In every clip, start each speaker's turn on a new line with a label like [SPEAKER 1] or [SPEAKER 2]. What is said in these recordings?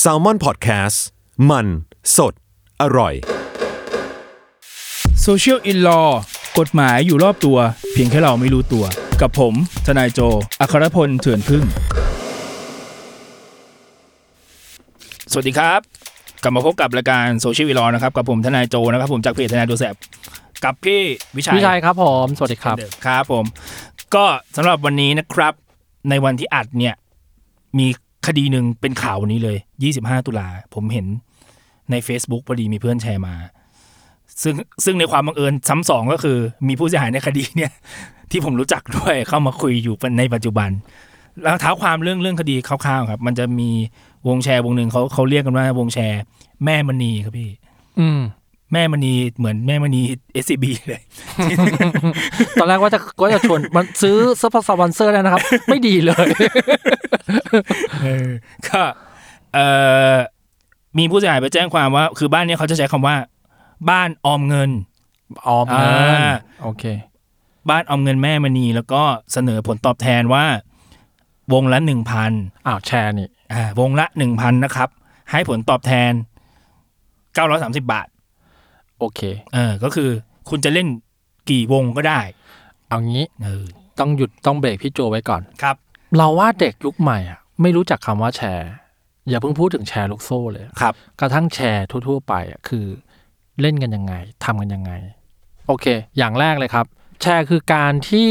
[SPEAKER 1] แซลมอนพอดแคสต์มันสดอร่อย
[SPEAKER 2] Social in Law กฎหมายอยู่รอบตัว เพียงแค่เราไม่รู้ตัว กับผม ทนายโจ อัครพลเถื่อนพึ่ง สวัสดีครับ กลับมาพบกับรายการ Social in Law นะครับ กับผมทนายโจนะครับ ผมจากเพจทนายตัวแสบ กับพี่วิชัย
[SPEAKER 3] พี่ชายครับผม สวัสดีครับ
[SPEAKER 2] ครับผม ก็สำหรับวันนี้นะครับ ในวันที่อัดเนี่ย มีคดีหนึ่งเป็นข่าววันนี้เลย 25 ตุลาผมเห็นใน Facebook พอดีมีเพื่อนแชร์มา ซึ่งซึ่งในความบังเอิญซ้ำสองก็คือ มีผู้เสียหายในคดีเนี่ย ที่ผมรู้จักด้วยเข้ามาคุยอยู่ในปัจจุบัน แล้วเท้าความเรื่องเรื่องคดีคร่าวๆครับ มันจะมีวงแชร์วงหนึ่งเขาเขาเรียกกันว่าวงแชร์ แม่มณีครับพี่
[SPEAKER 3] อืม
[SPEAKER 2] แม่มณีเหมือนแม่มณี SCB เลย
[SPEAKER 3] ตอนแรกว่าจะก็จะชวน มันซื้อเสื้อผ้าสปอนเซอร์ได้นะครับ ไม่ดีเลย
[SPEAKER 2] เออก็เอ่อมีผู้เสียหายไปแจ้งความว่า คือบ้านเนี้ยเขาจะใช้คำว่า บ้านออมเงิน
[SPEAKER 3] ออมเงิน
[SPEAKER 2] อ่า
[SPEAKER 3] โอเค
[SPEAKER 2] บ้านออมเงินแม่มณีแล้วก็เสนอผลตอบแทนว่า วงละหนึ่งพัน
[SPEAKER 3] อ้าวแชร์นี่
[SPEAKER 2] อ่าวงละหนึ่งพันนะครับ ให้ผลตอบแทนเก้าร้อยสามสิบาท
[SPEAKER 3] โอเค
[SPEAKER 2] เออ ก็คือคุณจะเล่นกี่วงก็ได้
[SPEAKER 3] เอางี้
[SPEAKER 2] เออ
[SPEAKER 3] ต้องหยุดต้องเบรกพี่โจไว้ก่อน
[SPEAKER 2] ครับ
[SPEAKER 3] เราว่าเด็กยุคใหม่อ่ะ ไม่รู้จักคำว่าแชร์ อย่าเพิ่งพูดถึงแชร์ลูกโซ่เลย
[SPEAKER 2] ครับ
[SPEAKER 3] กระทั่งแชร์ทั่วๆไปอะคือเล่นกันยังไงทำกันยังไง โอเค อย่างแรกเลยครับ แชร์คือการที่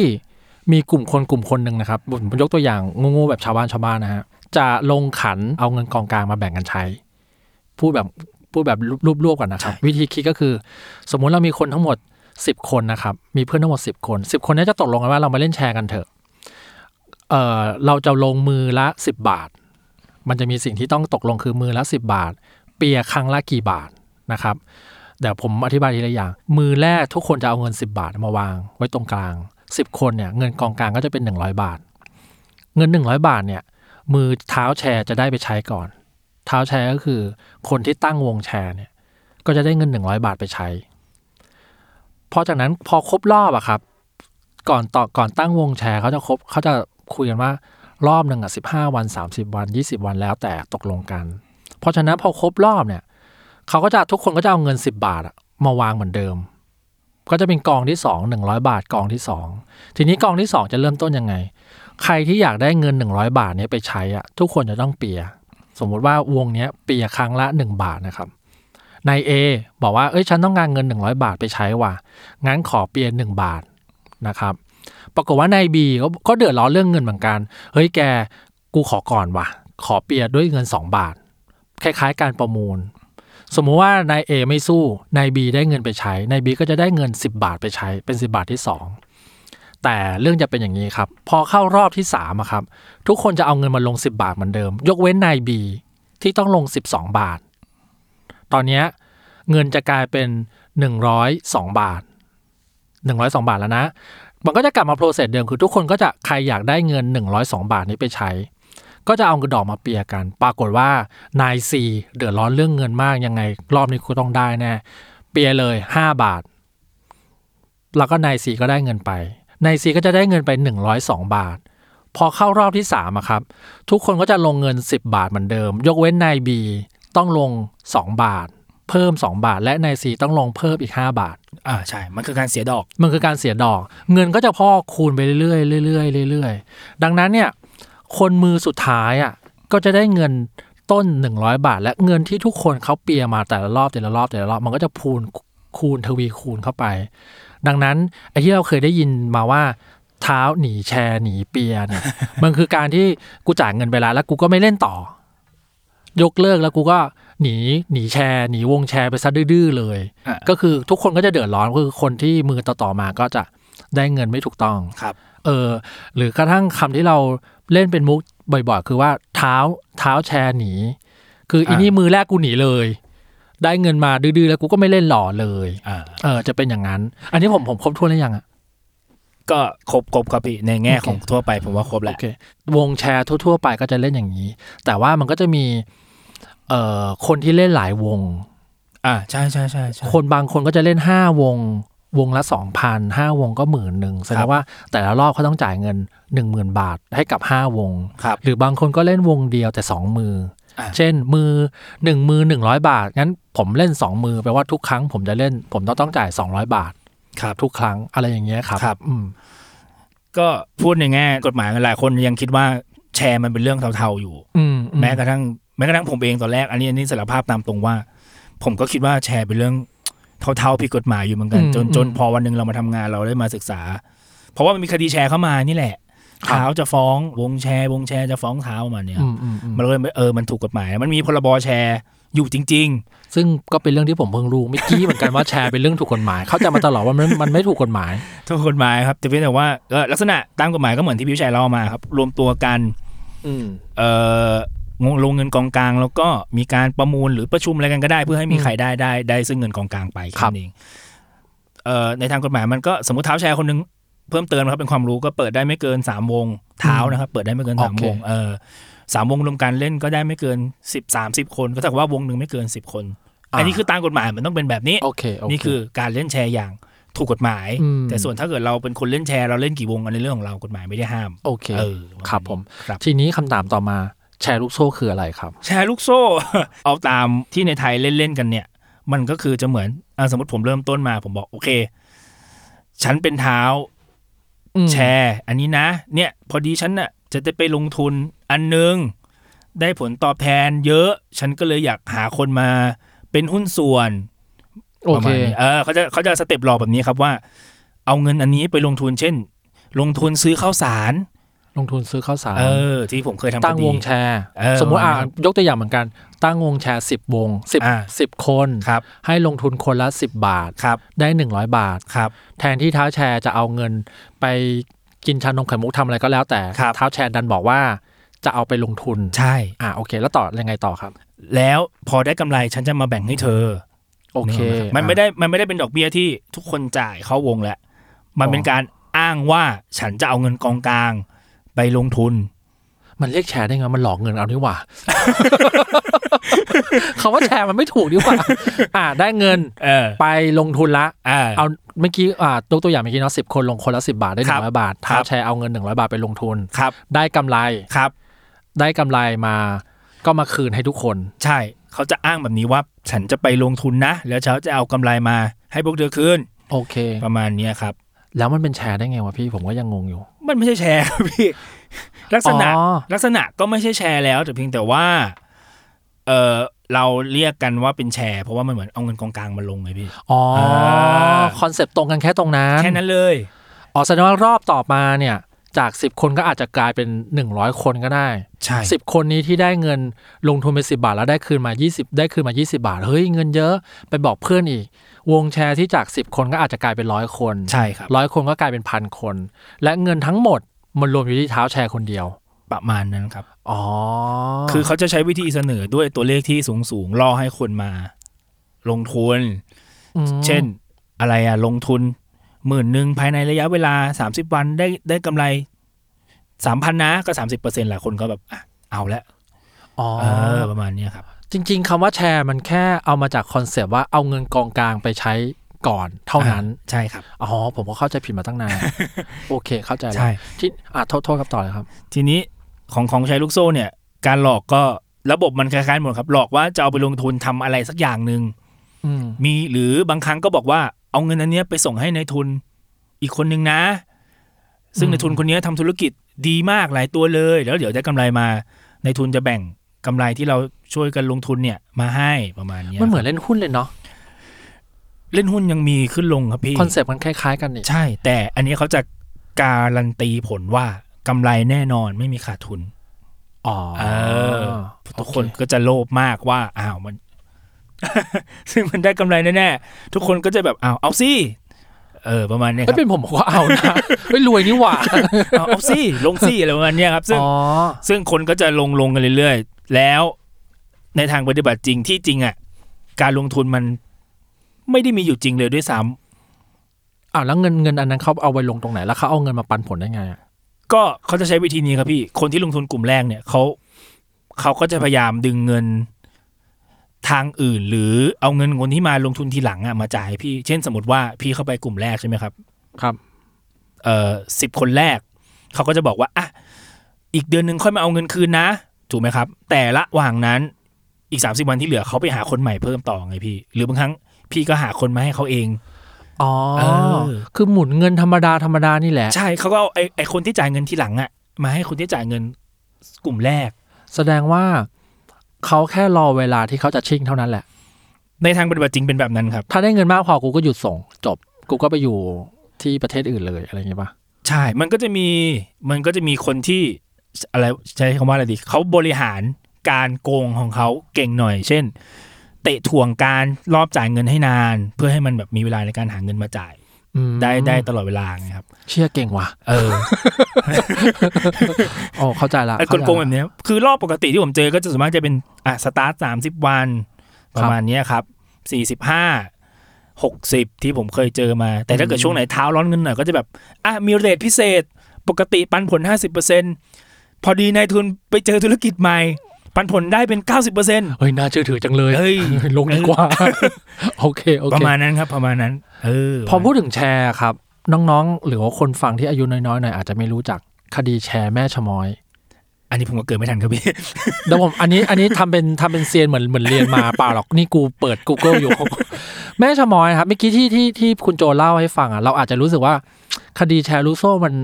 [SPEAKER 3] มีกลุ่มคนกลุ่มคนหนึ่งนะครับผมผมยกตัวอย่างงูๆแบบชาวบ้านชาวบ้านนะฮะจะลงขันเอาเงินกองกลางมาแบ่งกันใช้ พูดแบบพูดแบบรวบๆก่อนนะครับ วิธีคิดก็คือ สมมุติเรามีคนทั้งหมด 10 คนนะครับ มีเพื่อนทั้งหมด 10 คน 10 คนเนี้จะตกลงกันว่าเรามาเล่นแชร์กันเถอะเออเราจะลงมือละ 10 บาท มันจะมีสิ่งที่ต้องตกลงคือมือละ 10 บาท เปียครั้งละกี่บาทนะครับเดี๋ยวผมอธิบายทีละอย่าง มือแรกทุกคนจะเอาเงิน 10 บาทมาวางไว้ตรงกลาง 10 คนเนี่ยเงินกองกลางก็จะเป็น 100 บาท เงิน 100 บาทเนี่ยมือเท้าแชร์จะได้ไปใช้ก่อน เท้าแชร์ก็คือคนที่ตั้งวงแชร์เนี่ยก็จะได้เงิน 100 บาทไปใช้ พอจากนั้นพอครบรอบอะครับ ก่อนต่อก่อนตั้งวงแชร์เขาจะครบเขาจะคุยกันว่ารอบหนึ่งอะสิบห้าวันสามสิบวันยี่สิบวันแล้วแต่ตกลงกัน เพราะฉะนั้นพอครบรอบเนี่ยเขาก็จะทุกคนก็จะเอาเงินสิบบาทอะมาวางเหมือนเดิม ก็จะเป็นกองที่สองหนึ่งร้อยบาทกองที่สองทีนี้กองที่สองจะเริ่มต้นยังไง ใครที่อยากได้เงินหนึ่งร้อยบาทเนี้ไปใช้อะทุกคนจะต้องเปียร์สมมุติว่าวงเนี้ยเปียร์ครั้งละหนึ่งบาทนะครับนายเอบอกว่าเอ้ยฉันต้องการเงินหนึ่งร้อยบาทไปใช้ว่ะ งั้นขอเปลี่ยนหนึ่งบาทนะครับ ปรากฏว่านายบีก็ก็เดือดร้อนเรื่องเงินเหมือนกัน เฮ้ยแกกูขอก่อนว่ะ ขอเปลี่ยนด้วยเงิน 2 บาท คล้ายๆ การประมูล สมมุติว่านายเอไม่สู้นายบีได้เงินไปใช้นายบีก็จะได้เงิน 10 บาทไปใช้เป็น 10 บาทที่ 2 แต่เรื่องจะเป็นอย่างนี้ครับ พอเข้ารอบที่3อะครับ ทุกคนจะเอาเงินมาลง 10 บาทเหมือนเดิม ยกเว้นนายบีที่ต้องลง 12 บาท ตอนเนี้ยเงินจะกลายเป็น 102 บาท 102 บาทแล้วนะ มันก็จะกลับมาโปรเซสเดิมคือทุกคนก็จะใครอยากได้เงิน 102 บาทนี้ไปใช้ ก็จะเอากระดอกมาเปียร์กัน ปรากฏว่านายซีเดือดร้อนเรื่องเงินมากยังไง รอบนี้กูต้องได้แน่เปียร์เลย 5 บาท แล้วก็นายซีก็ได้เงินไปนายซีก็จะได้เงินไป 102 บาท พอเข้ารอบที่3อะครับ ทุกคนก็จะลงเงิน 10 บาทเหมือนเดิม ยกเว้นนายบีต้องลง 2 บาท เพิ่ม 2 บาท และนายซีต้องลงเพิ่มอีก 5 บาท
[SPEAKER 2] อ่าใช่ มันคือการเสียดอก
[SPEAKER 3] มันคือการเสียดอก เงินก็จะพอกคูณไปเรื่อยๆเรื่อยๆเรื่อยๆดังนั้นเนี่ย คนมือสุดท้ายอ่ะก็จะได้เงินต้น 100 บาท และเงินที่ทุกคนเขาเปียร์มาแต่ละรอบแต่ละรอบแต่ละรอบมันก็จะพูนคูณทวีคูณเข้าไป ดังนั้นไอ้ที่เราเคยได้ยินมาว่าเท้าหนีแชร์หนีเปียร์เนี่ย มันคือการที่กูจ่ายเงินไปแล้วแล้วกูก็ไม่เล่นต่อ ยกเลิกแล้วกูก็หนีหนีแชร์หนีวงแชร์ไปซะดื้อๆเลย
[SPEAKER 2] อ่า
[SPEAKER 3] ก็คือทุกคนก็จะเดือดร้อนก็คือคนที่มือต่อๆมาก็จะได้เงินไม่ถูกต้อง
[SPEAKER 2] ครับ
[SPEAKER 3] เออหรือกระทั่งคำที่เราเล่นเป็นมุกบ่อยๆ คือว่าเท้าเท้าแชร์หนี คืออี
[SPEAKER 2] อ่า
[SPEAKER 3] นี่มือแรกกูหนีเลย ได้เงินมาดื้อๆแล้วกูก็ไม่เล่นหล่อเลย
[SPEAKER 2] อ่า
[SPEAKER 3] เออจะเป็นอย่างนั้น อันนี้ผมผมครบถ้วนหรือยังอะ
[SPEAKER 2] ก็ครบครบครับพี่ในแง่ของทั่วไปผมว่าครบแห
[SPEAKER 3] โอ
[SPEAKER 2] ละ
[SPEAKER 3] เควงแชร์ทั่วๆ ไปก็จะเล่นอย่างนี้ แต่ว่ามันก็จะมีเอ่อคนที่เล่นหลายวง
[SPEAKER 2] อ่าใช่ใช่ใช่ใช่
[SPEAKER 3] คนบางคนก็จะเล่น 5 วง วงละสองพันห้าวงก็หมื่นหนึ่งแสดงว่าแต่ละรอบเขาต้องจ่ายเงินหนึ่งหมื่นบาทให้กับห้าวง
[SPEAKER 2] ครับ
[SPEAKER 3] หรือบางคนก็เล่นวงเดียวแต่สองมืออา เช่นมือหนึ่งมือหนึ่งร้อยบาท งั้นผมเล่นสองมือแปลว่าทุกครั้งผมจะเล่น ผมต้องต้องจ่ายสองร้อยบาท
[SPEAKER 2] ครับ
[SPEAKER 3] ทุกครั้งอะไรอย่างเงี้ยครับ
[SPEAKER 2] ครับ
[SPEAKER 3] อืม
[SPEAKER 2] ก็พูดในแง่กฎหมายหลายคนยังคิดว่าแชร์มันเป็นเรื่องเทาๆอยู่
[SPEAKER 3] อืมอื
[SPEAKER 2] แม้กระทั่งแม้กระทั่งผมเองตอนแรกอันนี้อันนี้สารภาพตามตรงว่า ผมก็คิดว่าแชร์เป็นเรื่องเท่าๆผิดกฎหมายอยู่เหมือนกัน จนจนพอวันหนึ่งเรามาทำงานเราได้มาศึกษา เพราะว่ามันมีคดีแชร์เข้ามานี่แหละขาวจะฟ้องวงแชร์ วงแชร์จะฟ้องเท้ามาเนี่ย
[SPEAKER 3] อืมอืมอืม
[SPEAKER 2] มันเลยเออมันถูกกฎหมายนะมันมีพรบแชร์อยู่จริง
[SPEAKER 3] ซึ่งก็เป็นเรื่องที่ผมเพิ่งรู้เมื่อกี้เหมือนกันว่าแชร์เป็นเรื่องถูกกฎหมาย เข้าใจมาตลอดว่ามันมันไม่ถูกกฎหมาย
[SPEAKER 2] ๆ ถูกกฎหมายครับแต่เพียงแต่ว่าก็ลักษณะตามกฎหมายก็เหมือนที่พี่วิชัยเล่ามาครับรวมตัวกัน
[SPEAKER 3] อืม
[SPEAKER 2] เอ่องลงเงินกองกลางแล้วก็มีการประมูลหรือประชุมอะไรกันก็ได้ เพื่อให้มีใครได้ได้ได้ซึ่งเงินกองกลางไป
[SPEAKER 3] ครั
[SPEAKER 2] แค่
[SPEAKER 3] บ
[SPEAKER 2] นั้นเองเอ่อในทางกฎหมายมันก็สมมติเท้าแชร์คนหนึงเพิ่มเติมนะครับเป็นความรู้ก็เปิดได้ไม่เกินสามวงเท้านะครับ เปิดได้ไม่เกินสามวงเออสามวงรวมกันเล่นก็ได้ไม่เกินสิบสามสิบคนก็ถือว่าวงหนึ่งไม่เกินสิบคน อันนี้คือตามกฎหมายมันต้องเป็นแบบนี้
[SPEAKER 3] โอเคโเ
[SPEAKER 2] นี่คือการเล่นแชร์อย่างถูกกฎหมาย
[SPEAKER 3] อืม
[SPEAKER 2] แต่ส่วนถ้าเกิดเราเป็นคนเล่นแชร์เราเล่นกี่วงอันในเรื่องของเรากฎหมายไม่ได้ห้าม
[SPEAKER 3] โอเค
[SPEAKER 2] เออ
[SPEAKER 3] ครับผม
[SPEAKER 2] ครับ
[SPEAKER 3] ทีนี้คำถามต่อมาแชร์ลูกโซ่คืออะไรครับ
[SPEAKER 2] แชร์ลูกโซ่ เอาตามที่ในไทยเล่น ๆ กันเนี่ย มันก็คือจะเหมือนอะสมมติผมเริ่มต้นมาผมบอกโอเค ฉันเป็นเท้าแชร์ อันนี้นะ เนี่ย พอดีฉันน่ะจะได้ไปลงทุนอันหนึง ได้ผลตอบแทนเยอะ ฉันก็เลยอยากหาคนมาเป็นหุ้นส่วน
[SPEAKER 3] โอ
[SPEAKER 2] ประ
[SPEAKER 3] เค
[SPEAKER 2] มาณนี้เออเขาจะเขาจะสเต็ปหลอกแบบนี้ครับว่า เอาเงินอันนี้ไปลงทุน เช่น ลงทุนซื้อข้าวสาร
[SPEAKER 3] ลงทุนซื้อข้าวสาร
[SPEAKER 2] เออ ที่ผมเคยทำ
[SPEAKER 3] ตั้ง
[SPEAKER 2] คดี
[SPEAKER 3] วงแชร์
[SPEAKER 2] เออ
[SPEAKER 3] สมมติอ่า
[SPEAKER 2] ครับ
[SPEAKER 3] ยกตัวอย่างเหมือนกัน ตั้งวงแชร์สิบวงสิบ
[SPEAKER 2] อ่า
[SPEAKER 3] สิบคน
[SPEAKER 2] ครับ
[SPEAKER 3] ให้ลงทุนคนละสิบบาท
[SPEAKER 2] ครับ
[SPEAKER 3] ได้หนึ่งร้อยบาท
[SPEAKER 2] ครับ
[SPEAKER 3] แทนที่เท้าแชร์จะเอาเงินไปกินชานมไข่มุกทำอะไรก็แล้วแต่
[SPEAKER 2] ครับ
[SPEAKER 3] เท้าแชร์ดันบอกว่าจะเอาไปลงทุน
[SPEAKER 2] ใช่
[SPEAKER 3] อ่าโอเค แล้วต่อยังไงต่อครับ
[SPEAKER 2] แล้วพอได้กำไรฉันจะมาแบ่งให้เธอ
[SPEAKER 3] โอเค
[SPEAKER 2] นึกกไหมรับมันไม่ได้มันไม่ได้เป็นดอกเบี้ยที่ทุกคนจ่ายเข้าวงแหละมันเป็นการอ้างว่าฉันจะเอาเงินกองกลาง ไปลงทุน
[SPEAKER 3] มันเรียกแชร์ได้ไงมันหลอกเงินเอานี่หว่า คำว่าแชร์มันไม่ถูกนี่หว่า อ่า ได้เงิน
[SPEAKER 2] เออ
[SPEAKER 3] ไปลงทุนละ
[SPEAKER 2] อ่า
[SPEAKER 3] เอาเมื่อกี้อ่ายกตัวอย่างเมื่อกี้เนาะสิบคนลงคนละสิบาทได้ห
[SPEAKER 2] ครั
[SPEAKER 3] นึ่
[SPEAKER 2] บ
[SPEAKER 3] งร้อยบาท
[SPEAKER 2] ครั
[SPEAKER 3] ท้า
[SPEAKER 2] บ
[SPEAKER 3] แชร์เอาเงินหนึ่งร้อยบาทไปลงทุน
[SPEAKER 2] ครับ
[SPEAKER 3] ได้กำไร
[SPEAKER 2] ครับ
[SPEAKER 3] ได้กำไรมาก็มาคืนให้ทุกคน
[SPEAKER 2] ใช่เขาจะอ้างแบบนี้ว่าฉันจะไปลงทุนนะ แล้วเช้าจะเอากำไรมาให้พวกเธอคืน
[SPEAKER 3] โอเค
[SPEAKER 2] ประมาณเนี้ยครับ
[SPEAKER 3] แล้วมันเป็นแชร์ได้ไงวะพี่ผมก็ยังงงอยู่
[SPEAKER 2] มันไม่ใช่แชร์ครับพี่ ลักษณะ
[SPEAKER 3] อ๋อ
[SPEAKER 2] ลักษณะก็ไม่ใช่แชร์แล้ว แต่เพียงแต่ว่า เออเราเรียกกันว่าเป็นแชร์ เพราะว่ามันเหมือนเอาเงินกองกลางมาลงไงพี่
[SPEAKER 3] อ๋อ
[SPEAKER 2] อ
[SPEAKER 3] คอนเซปต์ตรงกันแค่ตรงนั้น
[SPEAKER 2] แค่นั้นเลย
[SPEAKER 3] อ๋อแสดงว่ารอบต่อมาเนี่ยจาก 10 คนก็อาจจะกลายเป็น 100 คนก็ได้
[SPEAKER 2] ใช่
[SPEAKER 3] 10 คนนี้ที่ได้เงินลงทุนไป10 บาทแล้วได้คืนมา 20 ได้คืนมา 20 บาท เฮ้ยเงินเยอะไปบอกเพื่อนอีก วงแชร์ที่จาก 10 คนก็อาจจะกลายเป็นร้อยคน
[SPEAKER 2] ใช่ครับ
[SPEAKER 3] ร้อยคนก็กลายเป็นพันคน และเงินทั้งหมดมันรวมอยู่ที่เท้าแชร์คนเดียว
[SPEAKER 2] ประมาณนั้นครับ
[SPEAKER 3] อ๋อ
[SPEAKER 2] คือเขาจะใช้วิธีเสนอด้วยตัวเลขที่สูงสูงๆล่อให้คนมา ลงทุน
[SPEAKER 3] ม
[SPEAKER 2] เช่น อะไรอะลงทุนหมื่นหนึ่งภายในระยะเวลาสามสิบวันได้ได้กำไรสามพันนะก็สามสิบเปอร์เซ็นต์หลายคนก็แบบอ่ะเอาละ
[SPEAKER 3] อ๋อ
[SPEAKER 2] เออประมาณเนี้ยครับ
[SPEAKER 3] จริง ๆคำว่าแชร์มันแค่เอามาจากคอนเซปต์ว่าเอาเงินกองกลางไปใช้ก่อนเท่านั้น
[SPEAKER 2] ใช่ครับ
[SPEAKER 3] อ๋อ ผมก็เข้าใจผิดมาตั้งนาน โอเค เข้าใจแล้ว
[SPEAKER 2] ใช่
[SPEAKER 3] ที่อ่ะโทษโทษครับต่อเลยครับ
[SPEAKER 2] ทีนี้ของของใช้ลูกโซ่เนี่ย การหลอกก็ระบบมันคล้ายๆหมดครับ หลอกว่าจะเอาไปลงทุนทำอะไรสักอย่างหนึ่ง
[SPEAKER 3] อืม
[SPEAKER 2] มีหรือบางครั้งก็บอกว่าเอาเงินอันเนี้ยไปส่งให้ในายทุนอีกคนนึงนะ ซึ่ง
[SPEAKER 3] อืม
[SPEAKER 2] ในายทุนคนเนี้ยทำธุรกิจดีมากหลายตัวเลย แล้วเดี๋ยวได้กำไรมาในายทุนจะแบ่งกำไรที่เราช่วยกันลงทุนเนี่ยมาให้ประมาณเนี้ย
[SPEAKER 3] มันเหมือนเล่นหุ้นเลยเนาะ
[SPEAKER 2] เล่นหุ้นยังมีขึ้นลงครับพี่
[SPEAKER 3] คอนเซปต์มันคล้ายๆกันนี่
[SPEAKER 2] ใช่ แต่อันนี้เขาจะการันตีผลว่ากำไรแน่นอนไม่มีขาดทุน
[SPEAKER 3] อ๋อ
[SPEAKER 2] เออ ทุกคน
[SPEAKER 3] โอเ
[SPEAKER 2] ก็จะโลภมากว่าอ้าวมัน ซึ่งมันได้กำไรแน่ๆทุกคนก็จะแบบอ้าวเอาสิเออประมาณเนี้ยค
[SPEAKER 3] เอ้ย
[SPEAKER 2] รับ
[SPEAKER 3] เป็นผมผมก็เอานะ เฮ้ยรวยนี่หว่า
[SPEAKER 2] เอาเอาซี่ลงซี่อะไรประมาณเนี้ยครับ ซึ่ง
[SPEAKER 3] อ๋อ
[SPEAKER 2] ซึ่งคนก็จะลงลงกันเรื่อยๆ แล้วในทางปฏิบัติจริงที่จริงอ่ะการลงทุนมันไม่ได้มีอยู่จริงเลยด้วยซ้
[SPEAKER 3] อ้าวแล้วเงินเงินอันนั้นเขาเอาไปลงตรงไหน แล้วเขาเอาเงินมาปันผลได้ไงอะ
[SPEAKER 2] ำก็เขาจะใช้วิธีนี้ครับพี่ คนที่ลงทุนกลุ่มแรกเนี่ยเขาเขาก็จะพยายามดึงเงิน ทางอื่น หรือเอาเงินคนที่มาลงทุนทีหลังอะมาจ่ายให้พี่เช่นสมมติว่าพี่เข้าไปกลุ่มแรกใช่ไหมครับ
[SPEAKER 3] ครับ
[SPEAKER 2] เอ่อสิบคนแรก เขาก็จะบอกว่าอ่ะอีกเดือนหนึ่งค่อยมาเอาเงินคืนนะ ถูกไหมครับ แต่ละหว่างนั้นอีกสามสิบวันที่เหลือเขาไปหาคนใหม่เพิ่มต่อไงพี่ หรือบางครั้งพี่ก็หาคนมาให้เขาเอง
[SPEAKER 3] อ๋อ
[SPEAKER 2] เออ
[SPEAKER 3] คือหมุนเงินธรรมดาธรรมดานี่แหละ
[SPEAKER 2] ใช่เขาก็เอาไอไอคนที่จ่ายเงินทีหลังอะมาให้คนที่จ่ายเงินกลุ่มแรก
[SPEAKER 3] แสดงว่าเขาแค่รอเวลาที่เขาจะชิงเท่านั้นแหละ
[SPEAKER 2] ในทางปฏิบัติจริงเป็นแบบนั้นครับ
[SPEAKER 3] ถ้าได้เงินมากพอกูก็หยุดส่ง จบ กูก็ไปอยู่ที่ประเทศอื่นเลยอะไรอย่างเงี้ยป่ะ
[SPEAKER 2] ใช่ มันก็จะมี มันก็จะมีคนที่อะไรใช้คำว่าอะไรดี เขาบริหารการโกงของเขาเก่งหน่อย เช่น เตะถ่วงการรอบจ่ายเงินให้นาน เพื่อให้มันแบบมีเวลาในการหาเงินมาจ่าย
[SPEAKER 3] อืม
[SPEAKER 2] ได้ได้ตลอดเวลาไงครับ
[SPEAKER 3] เชี่ยเก่งว่ะ
[SPEAKER 2] เออ
[SPEAKER 3] โอ้เข้าใจละ
[SPEAKER 2] ไอ้ก
[SPEAKER 3] เข้า
[SPEAKER 2] ล
[SPEAKER 3] ใจละ
[SPEAKER 2] โกงแบบเนี้ยคือรอบปกติที่ผมเจอก็จะส่วนมากจะเป็นอ่ะสตาร์ทสามสิบวัน
[SPEAKER 3] ค
[SPEAKER 2] ป
[SPEAKER 3] รับ
[SPEAKER 2] ระมาณเนี้ยครับสี่สิบห้าหกสิบที่ผมเคยเจอมา แต่ถ้าเกิด
[SPEAKER 3] อืม
[SPEAKER 2] ช่วงไหนเท้าร้อนเงินหน่อยก็จะแบบอ่ะมีเรทพิเศษ ปกติปันผลห้าสิบเปอร์เซ็นพอดีนายทุนไปเจอธุรกิจใหม่ ปันผลได้เป็นเก้าสิบเปอร์เซ็น
[SPEAKER 3] เฮ้ย น่าเชื่อถือจังเลย
[SPEAKER 2] เฮ้ย
[SPEAKER 3] ลงดีกว่า โอเค โอ
[SPEAKER 2] ประ
[SPEAKER 3] เค
[SPEAKER 2] มาณนั้นครับ ประมาณนั้น เออ
[SPEAKER 3] พอพูดถึงแชร์ครับ น้องๆ หรือว่าคนฟังที่อายุน้อยๆหน่อยอาจจะไม่รู้จักคดีแชร์แม่ชะมอย
[SPEAKER 2] อันนี้ผมก็เกิดไม่ทันครับพี่
[SPEAKER 3] เดี๋ยวผมอันนี้อันนี้ทำเป็นทำเป็นเซียนเหมือนเหมือนเรียนมา เปล่าหรอกนี่กูเปิด Google อยู่ แม่ชะมอยครับเมื่อกี้ที่ที่ที่คุณโจเล่าให้ฟังอ่ะเราอาจจะรู้สึกว่า คดีแชร์ลูกโซ่มัน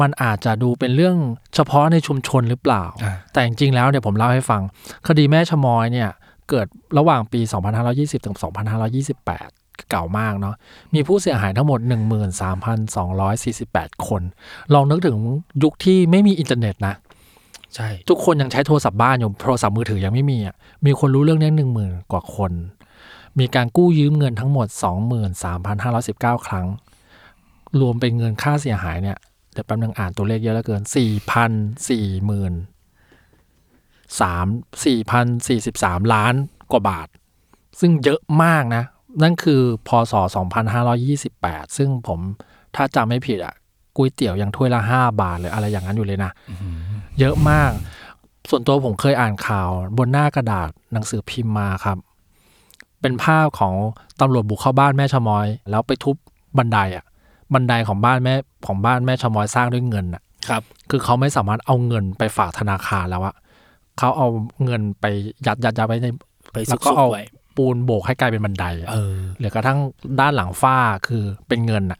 [SPEAKER 3] มันอาจจะดูเป็นเรื่องเฉพาะในชุมชนหรือเปล่า
[SPEAKER 2] อ่า
[SPEAKER 3] แต่จริงๆแล้วเดี๋ยวผมเล่าให้ฟัง คดีแม่ชะมอยเนี่ย เกิดระหว่างปี 2520 ถึง 2528 เก่ามากเนาะมีผู้เสียหายทั้งหมด 13,248 คน ลองนึกถึงยุคที่ไม่มีอินเทอร์เน็ตนะ
[SPEAKER 2] ใช่
[SPEAKER 3] ทุกคนยังใช้โทรศัพท์บ้านอยู่โทรศัพท์มือถือยังไม่มีอ่ะมีคนรู้เรื่องเนี้หนึ่งหมื่นกว่าคน มีการกู้ยืมเงินทั้งหมด 23,519 ครั้ง รวมเป็นเงินค่าเสียหายเนี่ยเดี๋ยวแป๊บนึงอ่านตัวเลขเยอะเหลือเกิน 4,040,000 3 4,043 ล้านกว่าบาท ซึ่งเยอะมากนะ นั่นคือพศ 2528 ซึ่งผมถ้าจำไม่ผิดอ่ะก๋วยเตี๋ยวยังถ้วยละ 5 บาทหรืออะไรอย่างนั้นอยู่เลยนะ เยอะมาก ส่วนตัวผมเคยอ่านข่าวบนหน้ากระดาษหนังสือพิมพ์มาครับ เป็นภาพของตำรวจบุกเข้าบ้านแม่ชะมอย แล้วไปทุบบันไดอ่ะ บันไดของบ้านแม่ของบ้านแม่ชะมอยสร้างด้วยเงินอ่ะ
[SPEAKER 2] ครับ
[SPEAKER 3] คือเขาไม่สามารถเอาเงินไปฝากธนาคารแล้วอะเขาเอาเงินไปยัดยัดยัดไว้ใน
[SPEAKER 2] ไป
[SPEAKER 3] แล้
[SPEAKER 2] ซุ
[SPEAKER 3] ว
[SPEAKER 2] ก
[SPEAKER 3] ก็เอา
[SPEAKER 2] ๆไว้
[SPEAKER 3] ปูนโบกให้กลายเป็นบันไดอะ
[SPEAKER 2] เออ
[SPEAKER 3] หรือกระทั่งด้านหลังฝ้าคือเป็นเงินอะ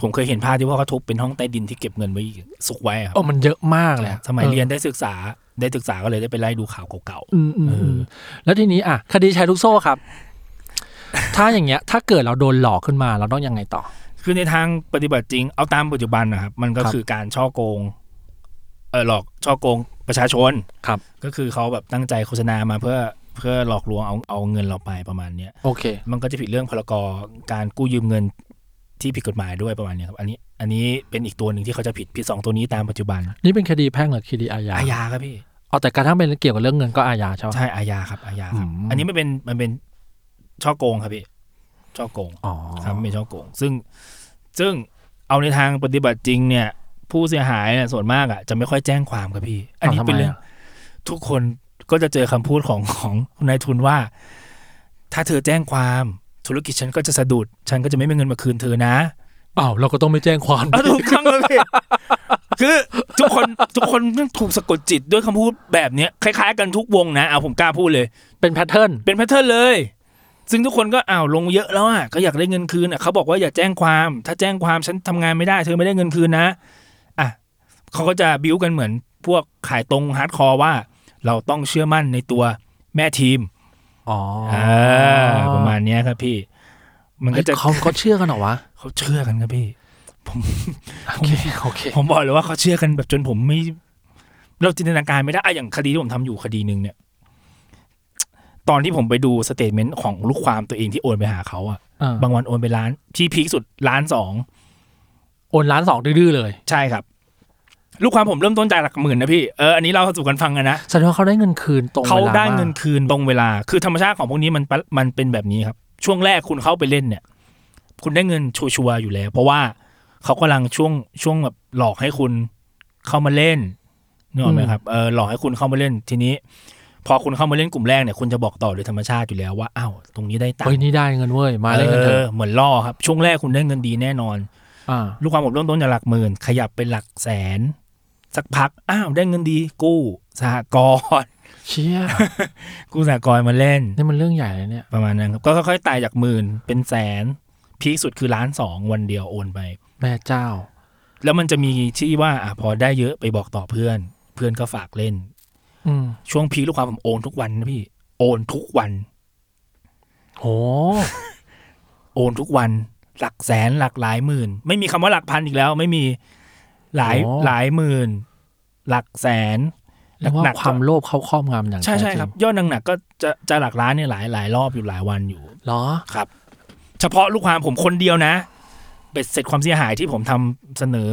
[SPEAKER 2] ผมเคยเห็นภาพที่ว่าเขาทุบเป็นห้องใต้ดินที่เก็บเงินไว้อีกซุกไว้อะครับ
[SPEAKER 3] โอ้มันเยอะมากเลยอะ
[SPEAKER 2] สมัย
[SPEAKER 3] ออ
[SPEAKER 2] เรียนได้ศึกษาได้ศึกษาก็เลยได้ไปไล่ดูข่าวเก่า
[SPEAKER 3] อืมอืมอืมแล้วทีนี้อะคดีแชร์ลูกโซ่ ครับ ถ้าอย่างเงี้ย ถ้าเกิดเราโดนหลอกขึ้นมาเราต้องยังไงต่อ
[SPEAKER 2] ๆ คือในทางปฏิบัติจริงเอาตามปัจจุบันนะครับ มันก็
[SPEAKER 3] ครับ
[SPEAKER 2] คือการช่อโกงเออหลอกช่อโกงประชาชน
[SPEAKER 3] ครับ
[SPEAKER 2] ก็คือเขาแบบตั้งใจโฆษณามาเพื่อเพื่อหลอกลวงเอาเอาเงินเราไปประมาณเนี้ย
[SPEAKER 3] โอเค
[SPEAKER 2] มันก็จะผิดเรื่องพรกรการกู้ยืมเงินที่ผิดกฎหมายด้วยประมาณเนี้ยครับอันนี้อันนี้เป็นอีกตัวหนึ่งที่เขาจะผิดผิดสองตัวนี้ตามปัจจุบัน
[SPEAKER 3] นี่เป็นคดีแพ่งหรือคดีอาญา
[SPEAKER 2] อาญาครับพี่
[SPEAKER 3] เอาแต่กระทั่งเป็นเกี่ยวกับเรื่องเงินก็อาญาใช่ไหม
[SPEAKER 2] ใช่อาญาครับอาญาครับ
[SPEAKER 3] อืม
[SPEAKER 2] อันนี้มันเป็นมันเป็นช่อโกงครับพี่ช่อโกง
[SPEAKER 3] อ๋อ
[SPEAKER 2] ครับไม่ช่อโกงซึ่งซึ่งเอาในทางปฏิบัติจริงเนี่ย ผู้เสียหายเนี่ยส่วนมากอ่ะจะไม่ค่อยแจ้งความครับพี่ อันนี้
[SPEAKER 3] าวทำไม
[SPEAKER 2] เป็นเรื่อง
[SPEAKER 3] ะ
[SPEAKER 2] ทุกคนก็จะเจอคำพูดของของนายทุนว่า ถ้าเธอแจ้งความธุรกิจฉันก็จะสะดุด ฉันก็จะไม่มีเงินมาคืนเธอนะ
[SPEAKER 3] อ้าวเราก็ต้องไม่แจ้งความ
[SPEAKER 2] เอาถูกต้องเลยพี่ คือทุกคนทุกคนถูกสะกดจิตด้วยคำพูดแบบเนี้ยคล้ายๆกันทุกวงนะเอาผมกล้าพูดเลย
[SPEAKER 3] เป็นแพทเทิร์น
[SPEAKER 2] เป็นแพทเทิร์นเลย ซึ่งทุกคนก็อ้าวลงเยอะแล้วอ่ะก็อยากได้เงินคืนอ่ะเขาบอกว่าอย่าแจ้งความ ถ้าแจ้งความฉันทำงานไม่ได้เธอไม่ได้เงินคืนนะอ่ะเขาก็จะบิ้วกันเหมือนพวกขายตรงฮาร์ดคอร์ว่า เราต้องเชื่อมั่นในตัวแม่ทีม
[SPEAKER 3] อ๋ออา
[SPEAKER 2] ประมาณเนี้ยครับพี่ มันก็จะ
[SPEAKER 3] เฮ้ยเขาเขาเชื่อกันเหรอวะ
[SPEAKER 2] เขาเชื่อกันครับพี่
[SPEAKER 3] โอเค โอเค
[SPEAKER 2] ผมบอกเลยว่าเขาเชื่อกันแบบจนผมไม่ เราจินตนาการไม่ได้อะอย่างคดีที่ผมทำอยู่คดีหนึ่งเนี่ย ตอนที่ผมไปดูสเตทเมนต์ของลูกความตัวเองที่โอนไปหาเขาอะ บางวันโอนไปล้านที่พีคสุดล้านสอง
[SPEAKER 3] โอนล้านสองดื้อๆเลย
[SPEAKER 2] ใช่ครับ ลูกความผมเริ่มต้นจากหลักหมื่นนะพี่เอออันนี้เราสู่กันฟังกันนะ
[SPEAKER 3] แสดงว่าเขาได้เงินคืนตรง
[SPEAKER 2] เขา
[SPEAKER 3] วล
[SPEAKER 2] ได้
[SPEAKER 3] มก
[SPEAKER 2] เงินคืนตรงเวลา คือธรรมชาติของพวกนี้มันปะมันเป็นแบบนี้ครับ ช่วงแรกคุณเข้าไปเล่นเนี่ย คุณได้เงินชัวร์ๆอยู่แล้ว เพราะว่าเขากำลังช่วงช่วงแบบหลอกให้คุณเข้ามาเล่นนึกออกไหมครับเออหลอกให้คุณเข้ามาเล่นทีนี้ พอคุณเข้ามาเล่นกลุ่มแรกเนี่ยคุณจะบอกต่อโดยธรรมชาติอยู่แล้วว่าอ้าวตรงนี้ได้ตัง
[SPEAKER 3] เฮ้ย
[SPEAKER 2] ค์
[SPEAKER 3] นี่ได้เงินเว้ยมาเล่นกันเถ
[SPEAKER 2] เอ
[SPEAKER 3] อะ
[SPEAKER 2] อเหมือนล่อครับ ช่วงแรกคุณได้เงินดีแน่นอน
[SPEAKER 3] อ่า
[SPEAKER 2] ลูกความผมเริ่มต้นจากหลักหมื่น ขยับเป็นหลักแสน สักพักอ้าวได้เงินดีกู้สหกรณ์
[SPEAKER 3] เชี่ย
[SPEAKER 2] กู้สหกรณ์มาเล่น
[SPEAKER 3] นี่มันเรื่องใหญ่เลยเนี่ย
[SPEAKER 2] ประมาณนั้นครับก็ค่อยๆไต่จากหมื่นเป็นแสน พีคสุดคือล้านสองวันเดียวโอนไป
[SPEAKER 3] แม่เจ้า
[SPEAKER 2] แล้วมันจะมีที่ว่าอ่ะพอได้เยอะไปบอกต่อเพื่อน เพื่อนก็ฝากเล่น
[SPEAKER 3] อืม
[SPEAKER 2] ช่วงพีคลูกความผมโอนทุกวันนะพี่โอนทุกวัน
[SPEAKER 3] โห
[SPEAKER 2] โอนทุกวัน หลักแสนหลักหลายหมื่น ไม่มีคำว่าหลักพันอีกแล้ว ไม่มีหลาย
[SPEAKER 3] โอ้
[SPEAKER 2] หลายหมื่น หลักแสน
[SPEAKER 3] เรียกว่า
[SPEAKER 2] หนักๆ
[SPEAKER 3] ความโลภเข้าครอบงำอย่าง
[SPEAKER 2] ใช่
[SPEAKER 3] แท้
[SPEAKER 2] ใช่
[SPEAKER 3] จง
[SPEAKER 2] ครับ ยอดหนักๆก็จะจะหลักล้านเนี่ยหลายหลายรอบอยู่หลายวันอยู่
[SPEAKER 3] เหรอ
[SPEAKER 2] ครับ เฉพาะลูกความผมคนเดียวนะเบ็ดเสร็จความเสียหายที่ผมทำเสนอ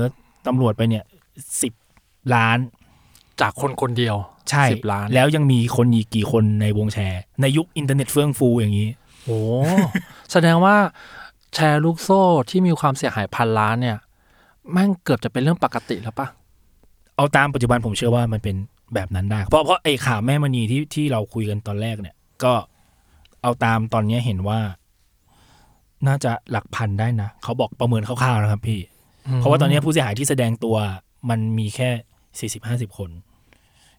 [SPEAKER 2] ตำรวจไปเนี่ยสิบล้าน
[SPEAKER 3] จากคนคนเดียว
[SPEAKER 2] ใช่
[SPEAKER 3] สิบล้าน
[SPEAKER 2] แล้วยังมีคนอีกกี่คนในวงแชร์ ในยุคอินเทอร์เน็ตเฟื่องฟูอย่างนี้
[SPEAKER 3] โอ้ แสดงว่าแชร์ลูกโซ่ที่มีความเสียหายพันล้านเนี่ยแม่งเกือบจะเป็นเรื่องปกติแล้วปะ
[SPEAKER 2] เอาตามปัจจุบันผมเชื่อว่ามันเป็นแบบนั้นได้ เพราะเพราะไอ้ข่าวแม่มณีที่ที่เราคุยกันตอนแรกเนี่ย ก็เอาตามตอนเนี้ยเห็นว่า น่าจะหลักพันได้นะเขาบอกประเมินคร่าวๆนะครับพี่ เพราะว่าตอนเนี้ยผู้เสียหายที่แสดงตัวมันมีแค่สี่สิบห้าสิบคน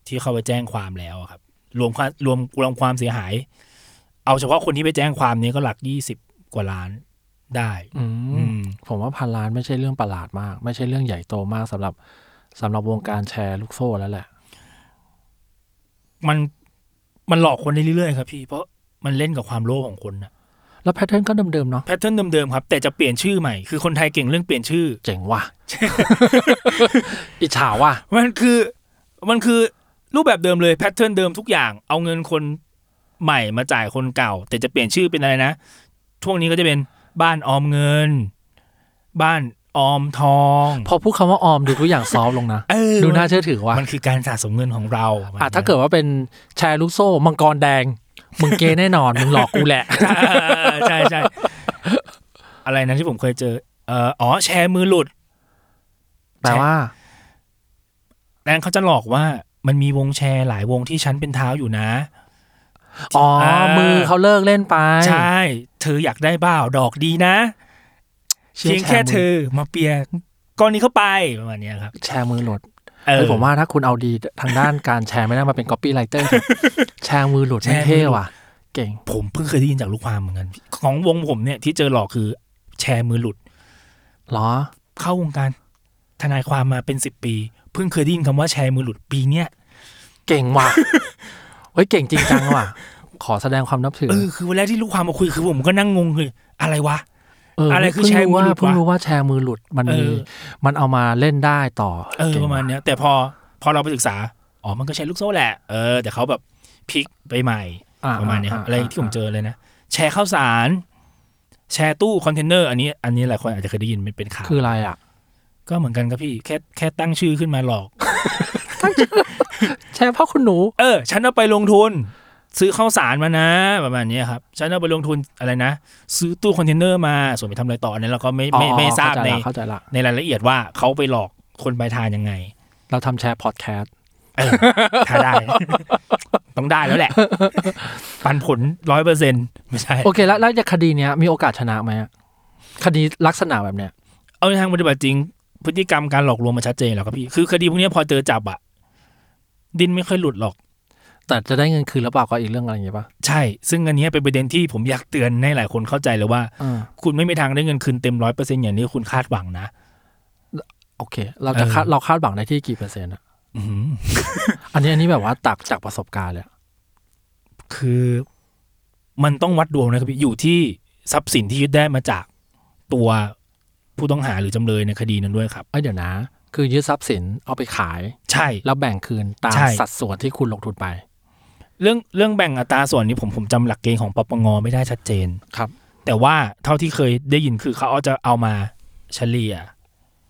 [SPEAKER 2] ที่เข้าไปแจ้งความแล้วอะครับ รวมความรวมรวมความเสียหาย เอาเฉพาะคนที่ไปแจ้งความนี้ก็หลักยี่สิบกว่าล้านได้
[SPEAKER 3] อื
[SPEAKER 2] อื
[SPEAKER 3] ม
[SPEAKER 2] ม
[SPEAKER 3] ผมว่าพันล้านไม่ใช่เรื่องประหลาดมาก ไม่ใช่เรื่องใหญ่โตมากสำหรับสำหรับวงการแชร์ลูกโซ่แล้วแหละ
[SPEAKER 2] มันมันหลอกคนได้เรื่อยๆครับพี่เพราะมันเล่นกับความโลภของคนนะ
[SPEAKER 3] แล้วแพทเทิร์นก็เดิมๆเนาะ
[SPEAKER 2] แพทเทิร์นเดิมๆครับ แต่จะเปลี่ยนชื่อใหม่ คือคนไทยเก่งเรื่องเปลี่ยนชื่อ
[SPEAKER 3] เจ๋งว่ะ อิจฉาว่ะ
[SPEAKER 2] มันคือ มันคือรูปแบบเดิมเลยแพทเทิร์นเดิมทุกอย่างเอาเงินคนใหม่มาจ่ายคนเก่า แต่จะเปลี่ยนชื่อเป็นอะไรนะช่วงนี้ก็จะเป็นบ้านออมเงิน บ้านออมทอง
[SPEAKER 3] พอพูดคำว่าออมดูทุกอย่างซอฟต์ลงนะ
[SPEAKER 2] เออ
[SPEAKER 3] ดูน่าเชื่อถือว่ะ
[SPEAKER 2] มันคือการสะสมเงินของเรา
[SPEAKER 3] อ่ะถ้าเกิดว่าเป็นแชร์ลูกโซ่ มังกรแดง มึงเกย์แน่นอน มึงหลอกกูแหละ
[SPEAKER 2] ใช่ใช่ใช่อะไรนะที่ผมเคยเจอเอ่ออ๋อแชร์มือหลุด
[SPEAKER 3] แปลว่า
[SPEAKER 2] แต่เขาจะหลอกว่ามันมีวงแชร์หลายวงที่ฉันเป็นเท้าอยู่นะ
[SPEAKER 3] อ๋อ
[SPEAKER 2] อ่ามื
[SPEAKER 3] มือเขาเลิกเล่นไป
[SPEAKER 2] ใช่ เธออยากได้บ้าวดอกดีนะ
[SPEAKER 3] เชีย
[SPEAKER 2] เพียง
[SPEAKER 3] ร์
[SPEAKER 2] แค่เธ
[SPEAKER 3] มื
[SPEAKER 2] อมาเปียกก้อนนี้เข้าไปประมาณเนี้ยครับ
[SPEAKER 3] แชร์มือหลด
[SPEAKER 2] เออ
[SPEAKER 3] เฮ้ยผมว่าถ้าคุณเอาดีทางด้านการแชร์ไม่ได้มาเป็นก๊อปปี้ไรเตอร์ แชร์มือหลดไม่เท่ว่ะ เก่ง
[SPEAKER 2] ผมเพิ่งเคยได้ยินจากลูกความเหมือนกัน ของวงผมเนี่ยที่เจอหลอกคือแชร์มือหลุด
[SPEAKER 3] เหรอ
[SPEAKER 2] เข้าวงการทนายความมาเป็นสิบปี เพิ่งเคยได้ยินคำว่าแชร์มือหลุดปีเนี้ย
[SPEAKER 3] เก่ง ว่ะ เฮ้ยเก่งจริงจังว่ะ ขอแสดงความนับถือ
[SPEAKER 2] เออคือวันแรกที่ลูกความมาคุยคือผมก็นั่งงงคืออะไรวะ
[SPEAKER 3] เออ
[SPEAKER 2] อะไรคือ
[SPEAKER 3] เพิ่ง
[SPEAKER 2] แชร์มือ
[SPEAKER 3] รู้ว่า
[SPEAKER 2] หลุดวะ
[SPEAKER 3] เพิ่งรู้ว่าแชร์มือหลุดมันมี
[SPEAKER 2] เออ
[SPEAKER 3] มันเอามาเล่นได้ต่อ
[SPEAKER 2] เออ
[SPEAKER 3] ก่ง
[SPEAKER 2] ป
[SPEAKER 3] ว่
[SPEAKER 2] ระมาณเนี้ย แต่พอพอเราไปศึกษาอ๋อมันก็ใช้ลูกโซ่แหละเออแต่เขาแบบพลิกไปใหม่
[SPEAKER 3] อ่
[SPEAKER 2] ประมาณเนี้ยครับอะไรที่ผม
[SPEAKER 3] า
[SPEAKER 2] เจอเลยนะ แชร์ข้าวสาร แชร์ตู้คอนเทนเนอร์อันนี้ อันนี้หลายคนอาจจะเคยได้ยินมันเป็นข่าว
[SPEAKER 3] คืออะไรอ่ะ
[SPEAKER 2] ก็เหมือนกันครับพี่แค่แค่ตั้งชื่อขึ้นมาหลอก
[SPEAKER 3] แชร์พ่อคุณหนู
[SPEAKER 2] เออ ฉันเอาไปลงทุน ซื้อข้าวสารมานะ ประมาณเนี้ยครับ ฉันเอาไปลงทุนอะไรนะ ซื้อตู้คอนเทนเนอร์มาส่วนไปทำอะไรต่ออันนั้นเราก็ไม่ไม่
[SPEAKER 3] อ๋อ
[SPEAKER 2] ไม่ทราบ
[SPEAKER 3] เข้
[SPEAKER 2] ใน
[SPEAKER 3] ใจละเข้าใจละ
[SPEAKER 2] ในรายละเอียดว่าเขาไปหลอกคนปลายทางยังไง
[SPEAKER 3] เราทำแชร์พอดแคสต์
[SPEAKER 2] เออถ้าได้ ต้องได้แล้วแหละ ปันผลร้อยเปอร์เซ็นไม่ใช่
[SPEAKER 3] โอเคแล้วแล้วอย่างคดีเนี้ยมีโอกาสชนะไหมอะคดีลักษณะแบบเนี้ย
[SPEAKER 2] เอาในทางปฏิบัติจริง พฤติกรรมการหลอกลวงมันชัดเจนแล้วครับพี่ คือคดีพวกเนี้ยพอเจอจับอะดินไม่ค่อยหลุดหรอก
[SPEAKER 3] แต่จะได้เงินคืนหรือเปล่าก็อีกเรื่องอะไรอย่างเงี้ยป่ะ
[SPEAKER 2] ใช่ ซึ่งอันเนี้ยเป็นประเด็นที่ผมอยากเตือนให้หลายคนเข้าใจเลยว่า
[SPEAKER 3] เออ
[SPEAKER 2] คุณไม่มีทางได้เงินคืนเต็มร้อยเปอร์เซ็นต์อย่างที่คุณคาดหวังนะ
[SPEAKER 3] โอเค เราจะคาด
[SPEAKER 2] เออ
[SPEAKER 3] เราคาดหวังได้ที่กี่เปอร์เซ็นต์อะ
[SPEAKER 2] อื้อหือ
[SPEAKER 3] อันนี้อันนี้แบบว่าตักจากประสบการณ์เลยอะ
[SPEAKER 2] คือมันต้องวัดดวงนะครับพี่อยู่ที่ทรัพย์สินที่ยึดได้มาจากตัวผู้ต้องหาหรือจำเลยในคดีนั้นด้วยครับ
[SPEAKER 3] เอ้ยเดี๋ยวนะ คือยึดทรัพย์สินเอาไปขาย
[SPEAKER 2] ใช่
[SPEAKER 3] แล้วแบ่งคืนตาม
[SPEAKER 2] ใช่
[SPEAKER 3] สัดส่วนที่คุณลงทุนไป
[SPEAKER 2] เรื่องเรื่องแบ่งอัตราส่วนนี้ผมผมจำหลักเกณฑ์ของปปงไม่ได้ชัดเจน
[SPEAKER 3] ครับ
[SPEAKER 2] แต่ว่าเท่าที่เคยได้ยินคือเขาเอาจะเอามาเฉลี่ย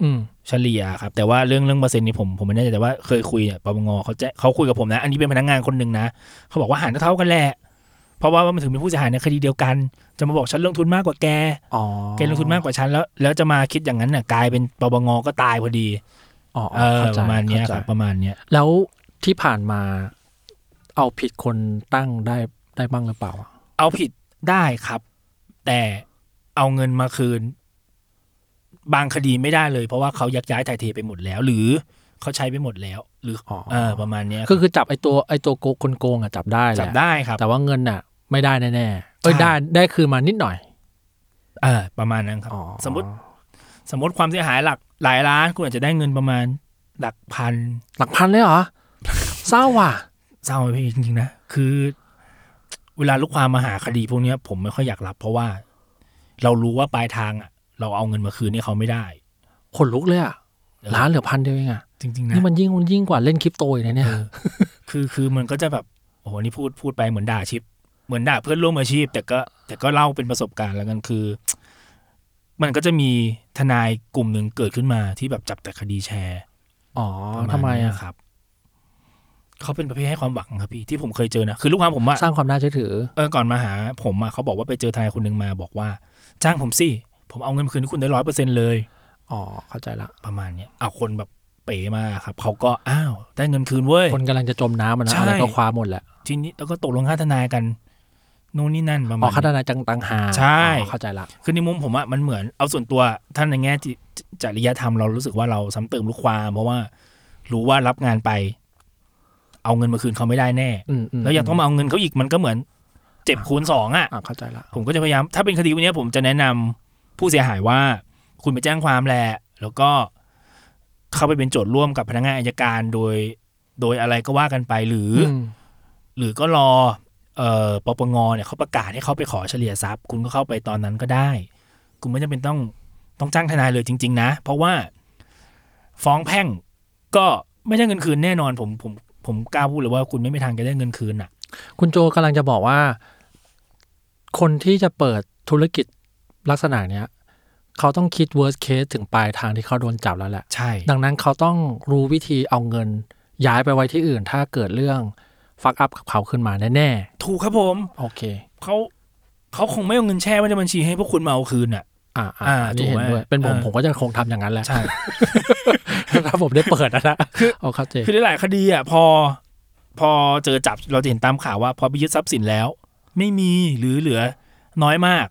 [SPEAKER 3] อืม
[SPEAKER 2] เฉลี่ยครับ แต่ว่าเรื่องเรื่องเปอร์เซ็นต์นี่ผมผมไม่แน่ใจแต่ว่าเคยคุยเนี่ยปปงเขาแจะเขาคุยกับผมนะ อันนี้เป็นพนักงานคนหนึ่งนะ เขาบอกว่าหารเท่าๆกันแหละ เพราะว่ามันถึงเป็นผู้เสียหายในคดีเดียวกัน จะมาบอกฉันลงทุนมากกว่าแก
[SPEAKER 3] อ๋อ
[SPEAKER 2] แกลงทุนมากกว่าฉันแล้ว แล้วจะมาคิดอย่างนั้นน่ะกลายเป็นปปงก็ตายพอดี
[SPEAKER 3] อ๋อ
[SPEAKER 2] เออ
[SPEAKER 3] เข้ใจ
[SPEAKER 2] ประมาณเนี้ย
[SPEAKER 3] เข้
[SPEAKER 2] ค
[SPEAKER 3] ใจ
[SPEAKER 2] รับประมาณเนี้ย
[SPEAKER 3] แล้วที่ผ่านมา เอาผิดคนตั้งได้ได้บ้างหรือเปล่าอะ
[SPEAKER 2] เอาผิดได้ครับ แต่เอาเงินมาคืน บางคดีไม่ได้เลย เพราะว่าเขายักย้ายถ่ายเทไปหมดแล้ว หรือเขาใช้ไปหมดแล้ว หรืออเออประมาณเนี้ย
[SPEAKER 3] ก็คือจับไอ้ตัวไอ้ตัวโกคนโกงอ่ะจับได้แหละ
[SPEAKER 2] จับได้ครับ
[SPEAKER 3] แต่ว่าเงินน่ะ ไม่ได้แน่ๆเอ้ย
[SPEAKER 2] ใช่
[SPEAKER 3] ได้ได้คืนมานิดหน่อย
[SPEAKER 2] เออประมาณนั้นครับ
[SPEAKER 3] อ๋อ
[SPEAKER 2] สมมติ สมมติความเสียหายหลักหลายล้านคุณอาจจะได้เงินประมาณ หลักพัน
[SPEAKER 3] หลักพันเลย เหรอเศร้าว่ะ
[SPEAKER 2] เศร้าไหมพี่จริงๆนะคือ เวลาลูกความมาหาคดีพวกเนี้ย ผมไม่ค่อยอยากรับ เพราะว่า เรารู้ว่าปลายทางอ่ะ เราเอาเงินมาคืนให้เขาไม่ได้
[SPEAKER 3] ขนลุกเลยอ่ะล้านเหลือพันเดียวเองอ่ะ
[SPEAKER 2] จริง ๆ นะ
[SPEAKER 3] นี่มันยิ่งมันยิ่งกว่าเล่นคริปโตอีกนะเนี่ย
[SPEAKER 2] คือคือมันก็จะแบบโอ้โหนี่พูดพูดไปเหมือนด่าอาชิป เหมือนด่าเพื่อนร่วมอาชีพ แต่ก็แต่ก็เล่าเป็นประสบการณ์แล้วกันคือ มันก็จะมีทนายกลุ่มหนึ่งเกิดขึ้นมาที่แบบจับแต่คดีแชร์
[SPEAKER 3] อ๋อ
[SPEAKER 2] ประาณ
[SPEAKER 3] ทำไม
[SPEAKER 2] นี้
[SPEAKER 3] อ่ะ
[SPEAKER 2] ครับ เขาเป็นประเภทให้ความหวังครับพี่ที่ผมเคยเจอนะคือลูกความผมอะ
[SPEAKER 3] สร้างความน่าเชื่อถือ
[SPEAKER 2] เออก่อนมาหาผมอะเขาบอกว่าไปเจอทนายคนหนึ่งมาบอกว่า จ้างผมสิผมเอาเงินคืนให้คุณได้ร้อยเปอร์เซ็นเลย
[SPEAKER 3] อ๋อเข้าใจละ
[SPEAKER 2] ประมาณเนี้ยเอาคนแบบเป๋มาครับเขาก็อ้าวได้เงินคืนเว้ย
[SPEAKER 3] คนกำลังจะจมน้ำอะนะ
[SPEAKER 2] ใช่
[SPEAKER 3] อะไรก็คว้าหมดแหละ
[SPEAKER 2] ทีนี้แล้วก็ตกลงค่าทนายกันนู่นนี่นั่นประมา
[SPEAKER 3] อ๋อ
[SPEAKER 2] ณ
[SPEAKER 3] คาตนาจังตังหา
[SPEAKER 2] ใช่
[SPEAKER 3] อ๋อเข้าใจละ
[SPEAKER 2] คือในมุมผมอะมันเหมือนเอาส่วนตัวท่านในแง่จิจจริยธรรมเรารู้สึกว่าเราซ้ำเติมลูกความ เพราะว่า รู้ว่ารับงานไป เอาเงินมาคืนเขาไม่ได้แน่
[SPEAKER 3] อืมๆ
[SPEAKER 2] แล้วยังต้องมาเอาเงินเขาอีกมันก็เหมือน เจ็บคูณสองอ่ะ
[SPEAKER 3] อ่ะเข้าใจละ
[SPEAKER 2] ผมก็จะพยายาม ถ้าเป็นคดีวันนี้ยผมจะแนะนำผู้เสียหายว่า คุณไปแจ้งความแหละแล้วก็เข้าไปเป็นโจทย์ร่วมกับพนักงานอายการโดย โดยอะไรก็ว่ากันไปหรือ
[SPEAKER 3] ม
[SPEAKER 2] หรือก็รอเอ่อปปงเนี่ยเขาประกาศให้เขาไปขอเฉลี่ยทรัพย์ คุณก็เข้าไปตอนนั้นก็ได้ คุณไม่จำเป็นต้องต้องจ้างทนายเลยจริง ๆ นะ เพราะว่าฟ้องแพ่งก็ไม่ได้เงินคืนแน่นอน ผมผมผมกล้าพูดเลยว่าคุณไม่มีทางจะได้เงินคืนอ่ะ
[SPEAKER 3] คุณโจกำลังจะบอกว่า คนที่จะเปิดธุรกิจลักษณะเนี้ย เขาต้องคิด worst case ถึงปลายทางที่เขาโดนจับแล้วแหละ
[SPEAKER 2] ใช่
[SPEAKER 3] ดังนั้นเขาต้องรู้วิธีเอาเงิน ย้ายไปไว้ที่อื่น ถ้าเกิดเรื่องฟักอัพกับเขาขึ้นมาแน่
[SPEAKER 2] ถูกครับผม
[SPEAKER 3] ๆโอเค
[SPEAKER 2] เขาเขาคงไม่เอาเงินแช่ไว้ในบัญชีให้พวกคุณมาเอาคืนอ่ะ
[SPEAKER 3] อ่าอ่า
[SPEAKER 2] อ่า
[SPEAKER 3] อัน
[SPEAKER 2] ถู
[SPEAKER 3] นี้
[SPEAKER 2] ก
[SPEAKER 3] เห็น
[SPEAKER 2] ไหม
[SPEAKER 3] ด้วย เป็นผม
[SPEAKER 2] อ่า
[SPEAKER 3] ผมก็จะคงทำอย่างนั้นแหละ
[SPEAKER 2] ใช่
[SPEAKER 3] ถ้าผมได้เปิดนะนะโอเคเจ
[SPEAKER 2] คือหลายๆคดีอ่ะพอ พอเจอจับเราจะเห็นตามข่าวว่า พอไปยึดทรัพย์สินแล้ว ไม่มีหรือเหลือน้อยมาก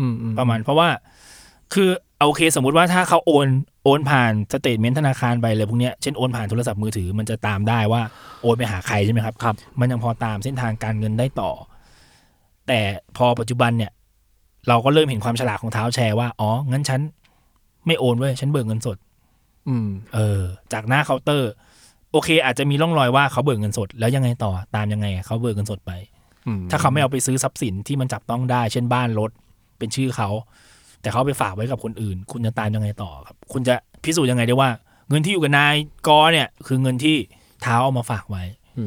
[SPEAKER 3] อืมอืม
[SPEAKER 2] ประมาณ เพราะว่า คือเอาโอเคสมมุติว่าถ้าเขาโอนโอนผ่านสเตทเมนต์ธนาคารไปเลยพวกเนี้ยเช่นโอนผ่านโทรศัพท์มือถือมันจะตามได้ว่าโอนไปหาใครใช่ไหมครับ
[SPEAKER 3] ครับ
[SPEAKER 2] มันยังพอตามเส้นทางการเงินได้ต่อ แต่พอปัจจุบันเนี่ย เราก็เริ่มเห็นความฉลาดของเท้าแชร์ว่า อ๋อ งั้นฉันไม่โอนเว้ย ฉันเบิกเงินสด
[SPEAKER 3] อืม
[SPEAKER 2] เออ จากหน้าเคาน์เตอร์ โอเค อาจจะมีร่องรอยว่าเขาเบิกเงินสด แล้วยังไงต่อ ตามยังไงเขาเบิกเงินสดไป
[SPEAKER 3] อืม
[SPEAKER 2] ถ้าเขาไม่เอาไปซื้อทรัพย์สินที่มันจับต้องได้ เช่นบ้านรถ เป็นชื่อเขา แต่เขาเอาไปฝากไว้กับคนอื่น คุณจะตามยังไงต่อครับ คุณจะพิสูจน์ยังไงได้ว่า เงินที่อยู่กับนายกอเนี่ย คือเงินที่เท้าเอามาฝากไว้
[SPEAKER 3] อื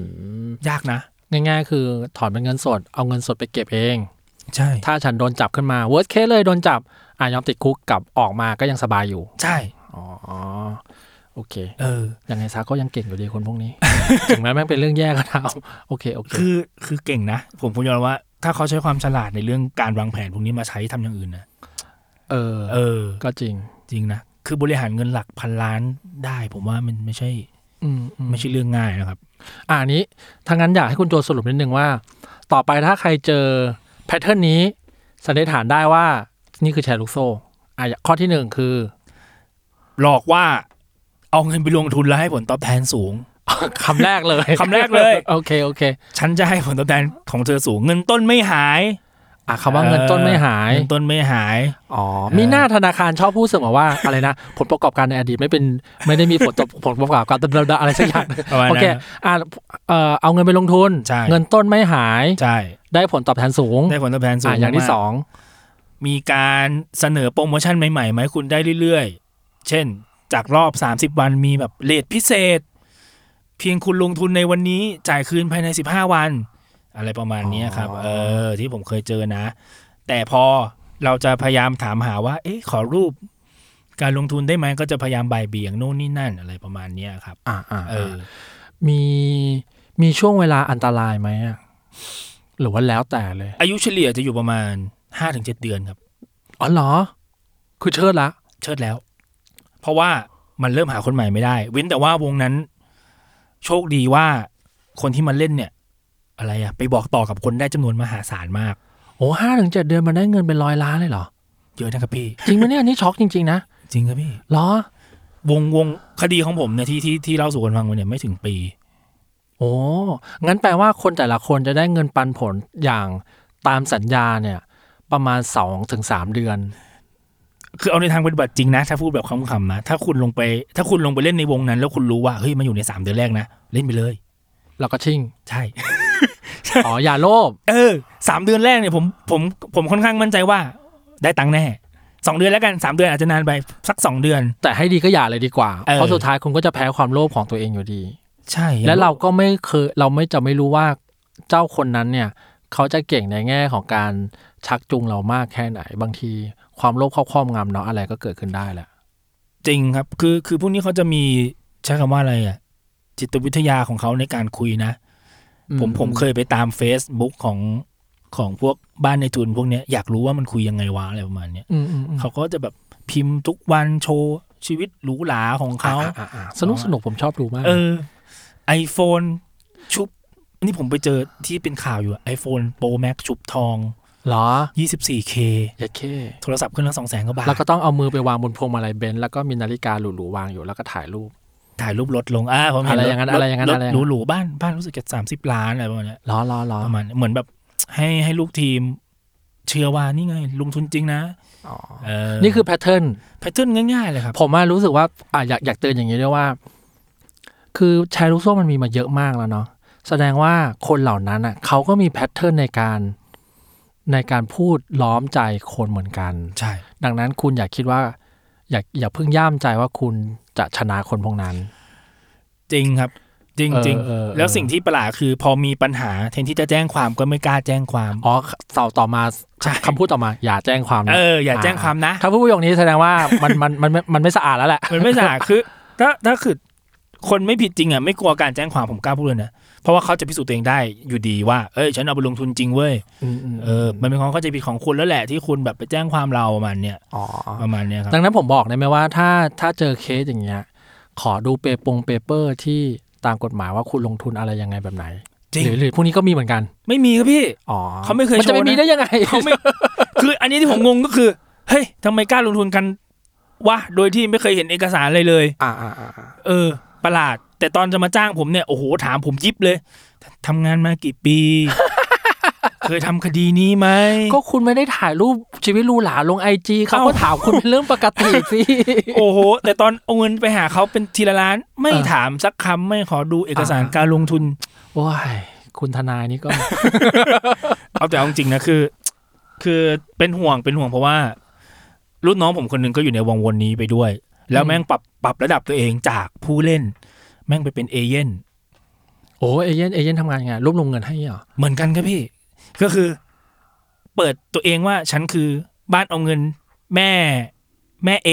[SPEAKER 3] ม
[SPEAKER 2] ยากนะ
[SPEAKER 3] ง่ายๆ คือถอนเป็นเงินสด เอาเงินสดไปเก็บเอง
[SPEAKER 2] ใช่
[SPEAKER 3] ถ้าฉันโดนจับขึ้นมา worst case เลยโดนจับอ่ะยอมติดคุกกับออกมาก็ยังสบายอยู่
[SPEAKER 2] ใช่
[SPEAKER 3] อ๋อ โอเค
[SPEAKER 2] เออ
[SPEAKER 3] ยังไงซะก็ยังเก่งอยู่ดีคนพวก นี้ ถึงแม้แม่งเป็นเรื่องแย่ก็ตามโอเค โอเค
[SPEAKER 2] คือคือเก่งนะ ผมพูดยอมรับว่า ถ้าเขาใช้ความฉลาดในเรื่องการวางแผนพวกนี้มาใช้ทำอย่างอื่นนะ
[SPEAKER 3] เออ
[SPEAKER 2] เออ
[SPEAKER 3] ก็จริง
[SPEAKER 2] จริงนะ คือบริหารเงินหลักพันล้านได้ ผมว่ามันไม่ใช่
[SPEAKER 3] อืมอืม
[SPEAKER 2] ไม่ใช่เรื่องง่ายนะครับ
[SPEAKER 3] อ่านี้ทางนั้นอยากให้คุณโจสรุปนิดนึงว่า ต่อไปถ้าใครเจอแพทเทิร์นนี้สันนิษฐานได้ว่า นี่คือแชร์ลูกโซ่อ่ะข้อที่หนึ่งคือ
[SPEAKER 2] หลอกว่าเอาเงินไปลงทุนแล้วให้ผลตอบแทนสูง
[SPEAKER 3] คำแรกเลย
[SPEAKER 2] คำแรกเลย
[SPEAKER 3] โอเคโอเค
[SPEAKER 2] ฉันจะให้ผลตอบแทนของเธอสูง เงินต้นไม่หาย
[SPEAKER 3] อ่ะคำว่าเงินต้นไม่หาย
[SPEAKER 2] เงินต้นไม่หาย
[SPEAKER 3] อ๋อ มีหน้าธนาคารชอบพูดเสมอว่า อะไรนะ ผลประกอบการในอดีตไม่เป็นไม่ได้มีผลต่อ ผลประกอบการอะไรสักอย่าง
[SPEAKER 2] ประมาณนั้น
[SPEAKER 3] โอเคอ่ะเอ่อเอาเงินไปลงทุน
[SPEAKER 2] ใช่
[SPEAKER 3] เงินต้นไม่หาย
[SPEAKER 2] ใช่
[SPEAKER 3] ได้ผลตอบแทนสูง
[SPEAKER 2] ได้ผลตอบแทนสู
[SPEAKER 3] อ่ะ
[SPEAKER 2] ง
[SPEAKER 3] อย่างที่
[SPEAKER 2] มกๆ
[SPEAKER 3] สอง
[SPEAKER 2] มีการเสนอโปรโมชั่นใหม่ๆไหมาให้คุณได้เรื่อยๆ เช่น จากรอบ 30 วันมีแบบเลทพิเศษ เพียงคุณลงทุนในวันนี้จ่ายคืนภายใน 15 วัน อะไรประมาณเนี้ยครับ เออ ที่ผมเคยเจอนะ แต่พอเราจะพยายามถามหาว่า เอ๊ะขอรูป การลงทุนได้ไหมก็จะพยายามบ่ายเบี่ยงโน่นนี่นั่นอะไรประมาณเนี้ยครับ
[SPEAKER 3] อ่ะอ่ะ
[SPEAKER 2] เออ
[SPEAKER 3] มีมีช่วงเวลาอันตรายไหมอ่ะหรือว่าแล้วแต่เลย
[SPEAKER 2] อายุเฉลี่ยจะอยู่ประมาณ 5-7 เดือนครับ
[SPEAKER 3] อ๋อเหรอ คือเชิดละ
[SPEAKER 2] เชิดแล้ว เพราะว่ามันเริ่มหาคนใหม่ไม่ได้ เว้นแต่ว่าวงนั้น โชคดีว่าคนที่มันเล่นเนี่ย อะไรอะไปบอกต่อกับคนได้จำนวนมหาศาลมาก
[SPEAKER 3] โอ้ห้าถึงเจ็ดเดือนมันได้เงินเป็นร้อยล้านเลยเหรอ
[SPEAKER 2] เยอะนะครับพี่
[SPEAKER 3] จริงไหมเนี่ยอันนี่ช็อกจริง ๆ นะ
[SPEAKER 2] จริงครับพี่
[SPEAKER 3] เหรอ
[SPEAKER 2] วงวงคดีของผมเนี่ยที่ที่ที่เล่าสู่กันฟังมาเนี่ยไม่ถึงปี
[SPEAKER 3] โอ้งั้นแปลว่าคนแต่ละคนจะได้เงินปันผลอย่างตามสัญญาเนี่ย ประมาณสองถึงสามเดือน
[SPEAKER 2] คือเอาในทางปฏิบัติจริงนะ ถ้าพูดแบบคำๆนะ ถ้าคุณลงไป ถ้าคุณลงไปเล่นในวงนั้น แล้วคุณรู้ว่าเฮ้ยมันอยู่ในสามเดือนแรกนะ เล่นไปเลย
[SPEAKER 3] แล้วก็ชิ่ง
[SPEAKER 2] ใช่
[SPEAKER 3] อ๋อ อย่าโลภ
[SPEAKER 2] เออสามเดือนแรกเนี่ยผมผมผมค่อนข้างมั่นใจว่า ได้ตังค์แน่สองเดือนแล้วกันสามเดือนอาจจะนานไปสักสองเดือน
[SPEAKER 3] แต่ให้ดีก็อย่าเลยดีกว่า
[SPEAKER 2] เออ
[SPEAKER 3] เพราะสุดท้ายคุณก็จะแพ้ความโลภของตัวเองอยู่ดี
[SPEAKER 2] ใช่
[SPEAKER 3] และเราก็ไม่เคยเราไม่จะไม่รู้ว่าเจ้าคนนั้นเนี่ย เขาจะเก่งในแง่ของการชักจูงเรามากแค่ไหน บางทีความโลภครอบครอบงำเนาะอะไรก็เกิดขึ้นได้แหละ
[SPEAKER 2] จริงครับ คือคือพวกนี้เขาจะมีใช้คำว่าอะไรอ่ะ จิตวิทยาของเขาในการคุยนะ ผมผมเคยไปตาม Facebook ของของพวกบ้านในทุนพวกเนี้ยอยากรู้ว่ามันคุยยังไงวะอะไรประมาณเนี้ย
[SPEAKER 3] อืมอืมอืม
[SPEAKER 2] เขาก็จะแบบพิมพ์ทุกวันโชว์ชีวิตหรูหราของเขา
[SPEAKER 3] อ่ะอ่ะอ่ะสนุกสนุกผมชอบดูมาก
[SPEAKER 2] เออไอโฟนชุบ นี่ผมไปเจอที่เป็นข่าวอยู่ไอโฟนโปรแม็กชุบทอง
[SPEAKER 3] เหรอ
[SPEAKER 2] 24K
[SPEAKER 3] เย็ดเค
[SPEAKER 2] โทรศัพท์เครื่องละสองแสนกว่าบาท
[SPEAKER 3] แล้วก็ต้องเอามือไปวางบนพวงมาลัยเบนซ์แล้วก็มีนาฬิกาหรูๆวางอยู่แล้วก็ถ่ายรูป
[SPEAKER 2] ถ่ายรูปรถลงอ่าผมเห็น
[SPEAKER 3] อะไรอย่างนั้นอะไรอย่างนั้น
[SPEAKER 2] รถ
[SPEAKER 3] อะไรอย่า
[SPEAKER 2] ห
[SPEAKER 3] งนั้
[SPEAKER 2] รู
[SPEAKER 3] น
[SPEAKER 2] หรูๆบ้านบ้านรู้สึกจะสามสิบล้านอะไรประมาณเนี้ย
[SPEAKER 3] ล้อล้อล้อ
[SPEAKER 2] ประมาณเหมือนแบบ ให้ให้ลูกทีม เชื่อว่านี่ไง ลงทุนจริงนะ
[SPEAKER 3] อ๋อ
[SPEAKER 2] เออ
[SPEAKER 3] นี่คือแพทเทิร์น
[SPEAKER 2] แพทเทิร์นง่ายๆเลยครับ
[SPEAKER 3] ผมว่ารู้สึกว่าอ่ะอยากอยากเตือนอย่างนี้ด้วยว่า คือแชร์ลูกโซ่มันมีมาเยอะมากแล้วเนาะแสดงว่าคนเหล่านั้นอ่ะเขาก็มีแพทเทิร์นในการในการพูดล้อมใจคนเหมือนกัน
[SPEAKER 2] ใช่
[SPEAKER 3] ดังนั้นคุณอย่าคิดว่า อย่าอย่าเพิ่งย่ามใจว่าคุณจะชนะคนพวกนั้น
[SPEAKER 2] จริงครับ จริง
[SPEAKER 3] เออ
[SPEAKER 2] จริง
[SPEAKER 3] เออเออ
[SPEAKER 2] แล้วสิ่งที่ประหลาดคือ พอมีปัญหาแทนที่จะแจ้งความก็ไม่กล้าแจ้งความ
[SPEAKER 3] อ๋อต่อต่อมา
[SPEAKER 2] ใช่
[SPEAKER 3] คำพูดต่อมา อย่าแจ้งความนะ
[SPEAKER 2] เอออย่าแจ้งความนะ
[SPEAKER 3] ถ้าพูดประโยคนี้แสดงว่ามันมันมันมันมันไม่สะอาดแล้วแหละ
[SPEAKER 2] มันไม่สะอาดคือถ้าถ้าคือคนไม่ผิดจริงอ่ะไม่กลัวการแจ้งความผมกล้าพูดเลยนะเพราะว่าเขาจะพิสูจน์ตัวเองได้อยู่ดีว่าเอ้ยฉันเอาไปลงทุนจริงเว้ยเออมันเป็นความเข้าใจผิดของคุณแล้วแหละที่คุณแบบไปแจ้งความเราประมาณเนี้ย
[SPEAKER 3] อ๋อ
[SPEAKER 2] ประมาณเนี้ยครับ
[SPEAKER 3] ดังนั้นผมบอกได้ไหมว่าถ้าถ้าเจอเคสอย่างเงี้ย ขอดูเปปงเปเปอร์ที่ตามกฎหมายว่าคุณลงทุนอะไรยังไงแบบไหน
[SPEAKER 2] จริง
[SPEAKER 3] หรือหรือพวกนี้ก็มีเหมือนกัน
[SPEAKER 2] ไม่มีครับพี่
[SPEAKER 3] อ๋อ
[SPEAKER 2] เขาไม่เคย
[SPEAKER 3] มันจะไม่
[SPEAKER 2] โชว์นะ
[SPEAKER 3] มีได้ยังไง
[SPEAKER 2] เขาไม่ คืออันนี้ที่ผมงงก็คือเฮ้ยทำไมกล้าลงทุนกันวะโดยที่ไม่เคยเห็นเอกสารเลยเลย
[SPEAKER 3] อ่าอ่าอ่าอ่า
[SPEAKER 2] เออ ประหลาด แต่ตอนจะมาจ้างผมเนี่ยโอ้โหถามผมยิบเลยทำงานมากี่ปี เคยทำคดีนี้ไหม
[SPEAKER 3] ก็คุณไม่ได้ถ่ายรูปชีวิตหรูหราลงไอจีเขา
[SPEAKER 2] เอ้า
[SPEAKER 3] ก็ถามคุณเป็นเรื่องปกติสิ
[SPEAKER 2] โอ้โห แต่ตอนเอาเงินไปหาเขาเป็นทีละล้าน ไม่
[SPEAKER 3] เออ
[SPEAKER 2] ถามสักคำไม่ขอดูเอกสาร
[SPEAKER 3] อ่า
[SPEAKER 2] การลงทุน
[SPEAKER 3] โอ้ยคุณทนาย นี่ก็
[SPEAKER 2] เอาแต่เอาจริงๆนะคือ คือเป็นห่วงเป็นห่วงเพราะว่า รุ่นน้องผมคนหนึงก็อยู่ในวงวนนี้ไปด้วย แล้วแม่งปรับปรับระดับตัวเองจากผู้เล่น แม่งไปเป็นเอเย่น
[SPEAKER 3] โอ้เอเย่นเอเย่นทำงานไงรวบรวมเงินให้เหรอ
[SPEAKER 2] เหมือนกันครับพี่ ก็คือ เปิดตัวเองว่าฉันคือบ้านเอาเงินแม่แม่เอ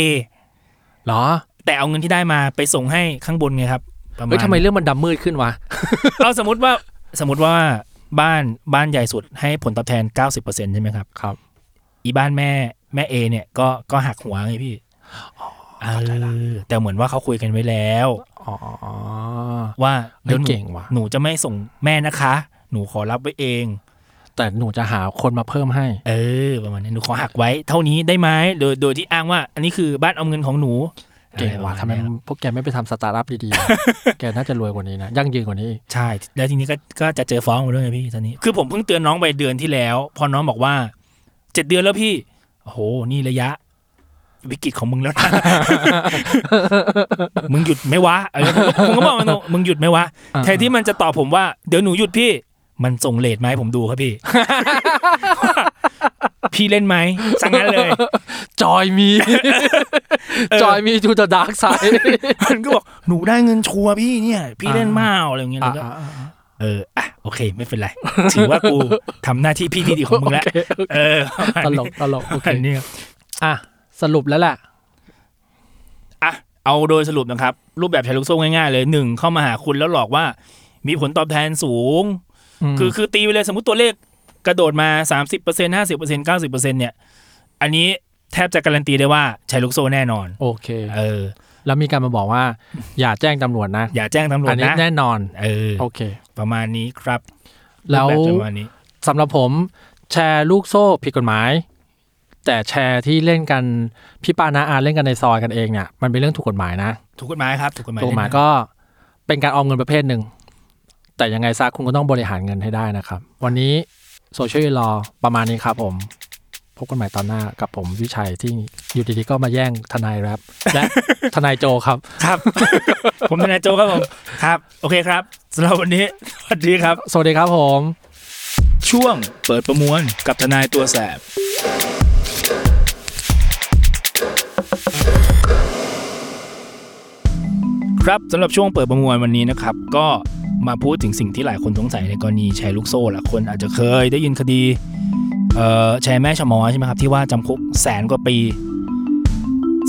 [SPEAKER 3] เหรอ
[SPEAKER 2] แต่เอาเงินที่ได้มาไปส่งให้ข้างบนไงครับประาณ
[SPEAKER 3] เฮ้ยทำไมเรื่องมันดำมืดขึ้นวะ
[SPEAKER 2] เอาสมมติว่าสมมติว่าบ้านบ้านใหญ่สุดให้ผลตอบแทน 90%ใช่ไหมครับ
[SPEAKER 3] ครับ
[SPEAKER 2] อีบ้านแม่แม่เอเนี่ยก็ก็หักหัวไงพี่เออแต่เหมือนว่าเขาคุยกันไว้แล้ว
[SPEAKER 3] อ๋ออ๋อ
[SPEAKER 2] ว่า
[SPEAKER 3] เฮ้ย
[SPEAKER 2] หนู
[SPEAKER 3] เก่งว่ะ
[SPEAKER 2] หนูจะไม่ส่งแม่นะคะ หนูขอรับไว้เอง
[SPEAKER 3] แต่หนูจะหาคนมาเพิ่มให้
[SPEAKER 2] เออ ประมาณนี้หนูขอหักไว้ เท่านี้ได้ไหมโดยโดยที่อ้างว่า อันนี้คือบ้านเอาเงินของหนู
[SPEAKER 3] เก่งว่ะ
[SPEAKER 2] อร
[SPEAKER 3] ทำ
[SPEAKER 2] ปร
[SPEAKER 3] ไม
[SPEAKER 2] ณเนี้ย
[SPEAKER 3] พวกแกไม่ไปทำสตาร์ทอัพดีๆวะ แกน่าจะรวยกว่านี้นะ ยั่งยืนกว่านี้อีก
[SPEAKER 2] ใช่ แล้วทีนี้ก็ก็จะเจอฟ้องมาด้วยไงพี่ตอนนี้ คือผมเพิ่งเตือนน้องไปเดือนที่แล้ว พอน้องบอกว่าเจ็ดเดือนแล้วพี่โอ้โหนี่ระยะ วิกฤตของมึงแล้วนะ มึงหยุดไหมวะเออผมก็ผมก็บอกมันตรง มึงหยุดไหมวะแทนที่มันจะตอบผมว่าเดี๋ยวหนูหยุดพี่ มันส่งเลทมาให้ผมดูครับพี่ พี่เล่นไหมสั่งงั้นเลย
[SPEAKER 3] จอยมี จอยมีทูตดาร์กไซด์
[SPEAKER 2] มันก็บอกหนูได้เงินชัวร์พี่เนี่ย พี่เล่นมากอะไรอย่างเงี้ยแล้วก็ เออ อ่ะ โอเค ไม่เป็นไร ถือว่ากูทำหน้าที่พี่ที่ดีของมึงแล้ว เออ
[SPEAKER 3] ตลกตลกโอเค
[SPEAKER 2] อันนี้
[SPEAKER 3] อ่ะ สรุปแล้วแหละ
[SPEAKER 2] อ่ะ เอาโดยสรุปนะครับ รูปแบบแชร์ลูกโซ่ง่ายๆเลยหนึ่งเข้ามาหาคุณแล้วหลอกว่า มีผลตอบแทนสูง คือคือตีไปเลยสมมติตัวเลขกระโดดมา 30% 50% 90%เนี่ย อันนี้แทบจะการันตีได้ว่าแชร์ลูกโซ่แน่นอน
[SPEAKER 3] โอเค
[SPEAKER 2] เออ
[SPEAKER 3] แล้วมีการมาบอกว่า อย่าแจ้งตำรวจนะ
[SPEAKER 2] อย่าแจ้งตำรว
[SPEAKER 3] อั
[SPEAKER 2] จ
[SPEAKER 3] นนี้
[SPEAKER 2] นะ
[SPEAKER 3] แน่นอน
[SPEAKER 2] เออ
[SPEAKER 3] โอเค
[SPEAKER 2] ประมาณนี้ครับ
[SPEAKER 3] แล้ว
[SPEAKER 2] บบประมาณนี้
[SPEAKER 3] สำหรับผมแชร์ลูกโซ่ผิดกฎหมาย แต่แชร์ที่เล่นกัน พี่ปานาอาเล่นกันในซอยกันเองเนี่ยมันเป็นเรื่องถูกกฎหมายนะ
[SPEAKER 2] ถูกกฎหมายครับ ถูกกฎหมาย
[SPEAKER 3] ถูกกฎหมายก็เป็นการออมเงินประเภทหนึ่ง แต่ยังไงซะคุณก็ต้องบริหารเงินให้ได้นะครับ วันนี้โซเชียลรอประมาณนี้ครับผมพบกันใหม่ตอนหน้ากับผมวิชัยที่อยู่ดีๆก็มาแย่งทนายแรปและ ทนายโจครับ
[SPEAKER 2] ครับ ผมทนายโจครับผมครับ โอเคครับสำหรับวันนี้สวัสดีครับ
[SPEAKER 3] สวัสดีครับผม
[SPEAKER 2] ช่วงเปิดประมวลกับทนายตัวแสบครับสำหรับช่วงเปิดประมวลวันนี้นะครับ ก็มาพูดถึงสิ่งที่หลายคนสงสัยในกรณีแชร์ลูกโซ่หละคนอาจจะเคยได้ยินคดีเอ่อแชร์แม่ชะมอใช่ไหมครับ ที่ว่าจำคุกแสนกว่าปี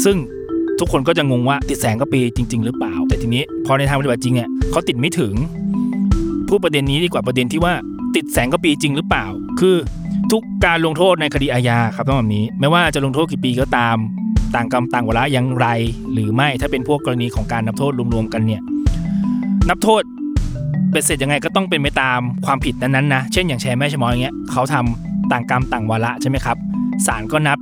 [SPEAKER 2] ซึ่งทุกคนก็จะงงว่าติดแสนกว่าปีจริง ๆ หรือเปล่า แต่ทีนี้พอในทางปฏิบัติจริงเนี่ยเขาติดไม่ถึง พูดประเด็นนี้ดีกว่าประเด็นที่ว่าติดแสงกว่าปีจริงหรือเปล่า คือทุกการลงโทษในคดีอาญาครับต้องแบบนี้ ไม่ว่าจะลงโทษกี่ปีก็ตาม ต่างกรรมต่างวาระอย่างไร หรือไม่ถ้าเป็นพวกกรณีของการนับโทษรวมๆกันเนี่ย นับโทษเป็นเสร็จยังไงก็ต้องเป็นไปตามความผิดนั้นๆนะ เช่นอย่างแชร์แม่ชะมอยอย่างเงี้ยเขาทำต่างกรรมต่างวาระใช่ไหมครับศาลก็นับ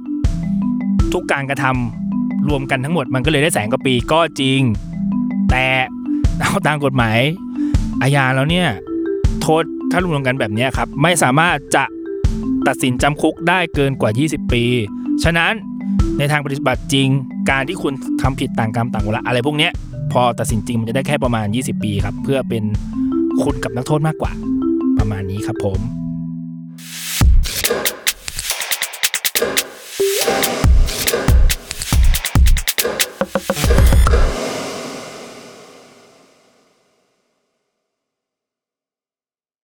[SPEAKER 2] ทุกการกระทำรวมกันทั้งหมด มันก็เลยได้แสงกว่าปีก็จริง แต่เอาตามกฎหมาย อาญาแล้วเนี่ย โทษถ้ารวมกันแบบเนี้ยครับ ไม่สามารถจะตัดสินจำคุกได้เกินกว่า 20 ปี ฉะนั้นในทางปฏิบัติจริง การที่คุณทำผิดต่างกรรมต่างวาระอะไรพวกเนี้ยพอตัดสินจริงมันจะได้แค่ประมาณ 20 ปีครับ เพื่อเป็นคุณกับนักโทษมากกว่า ประมาณนี้ครับผม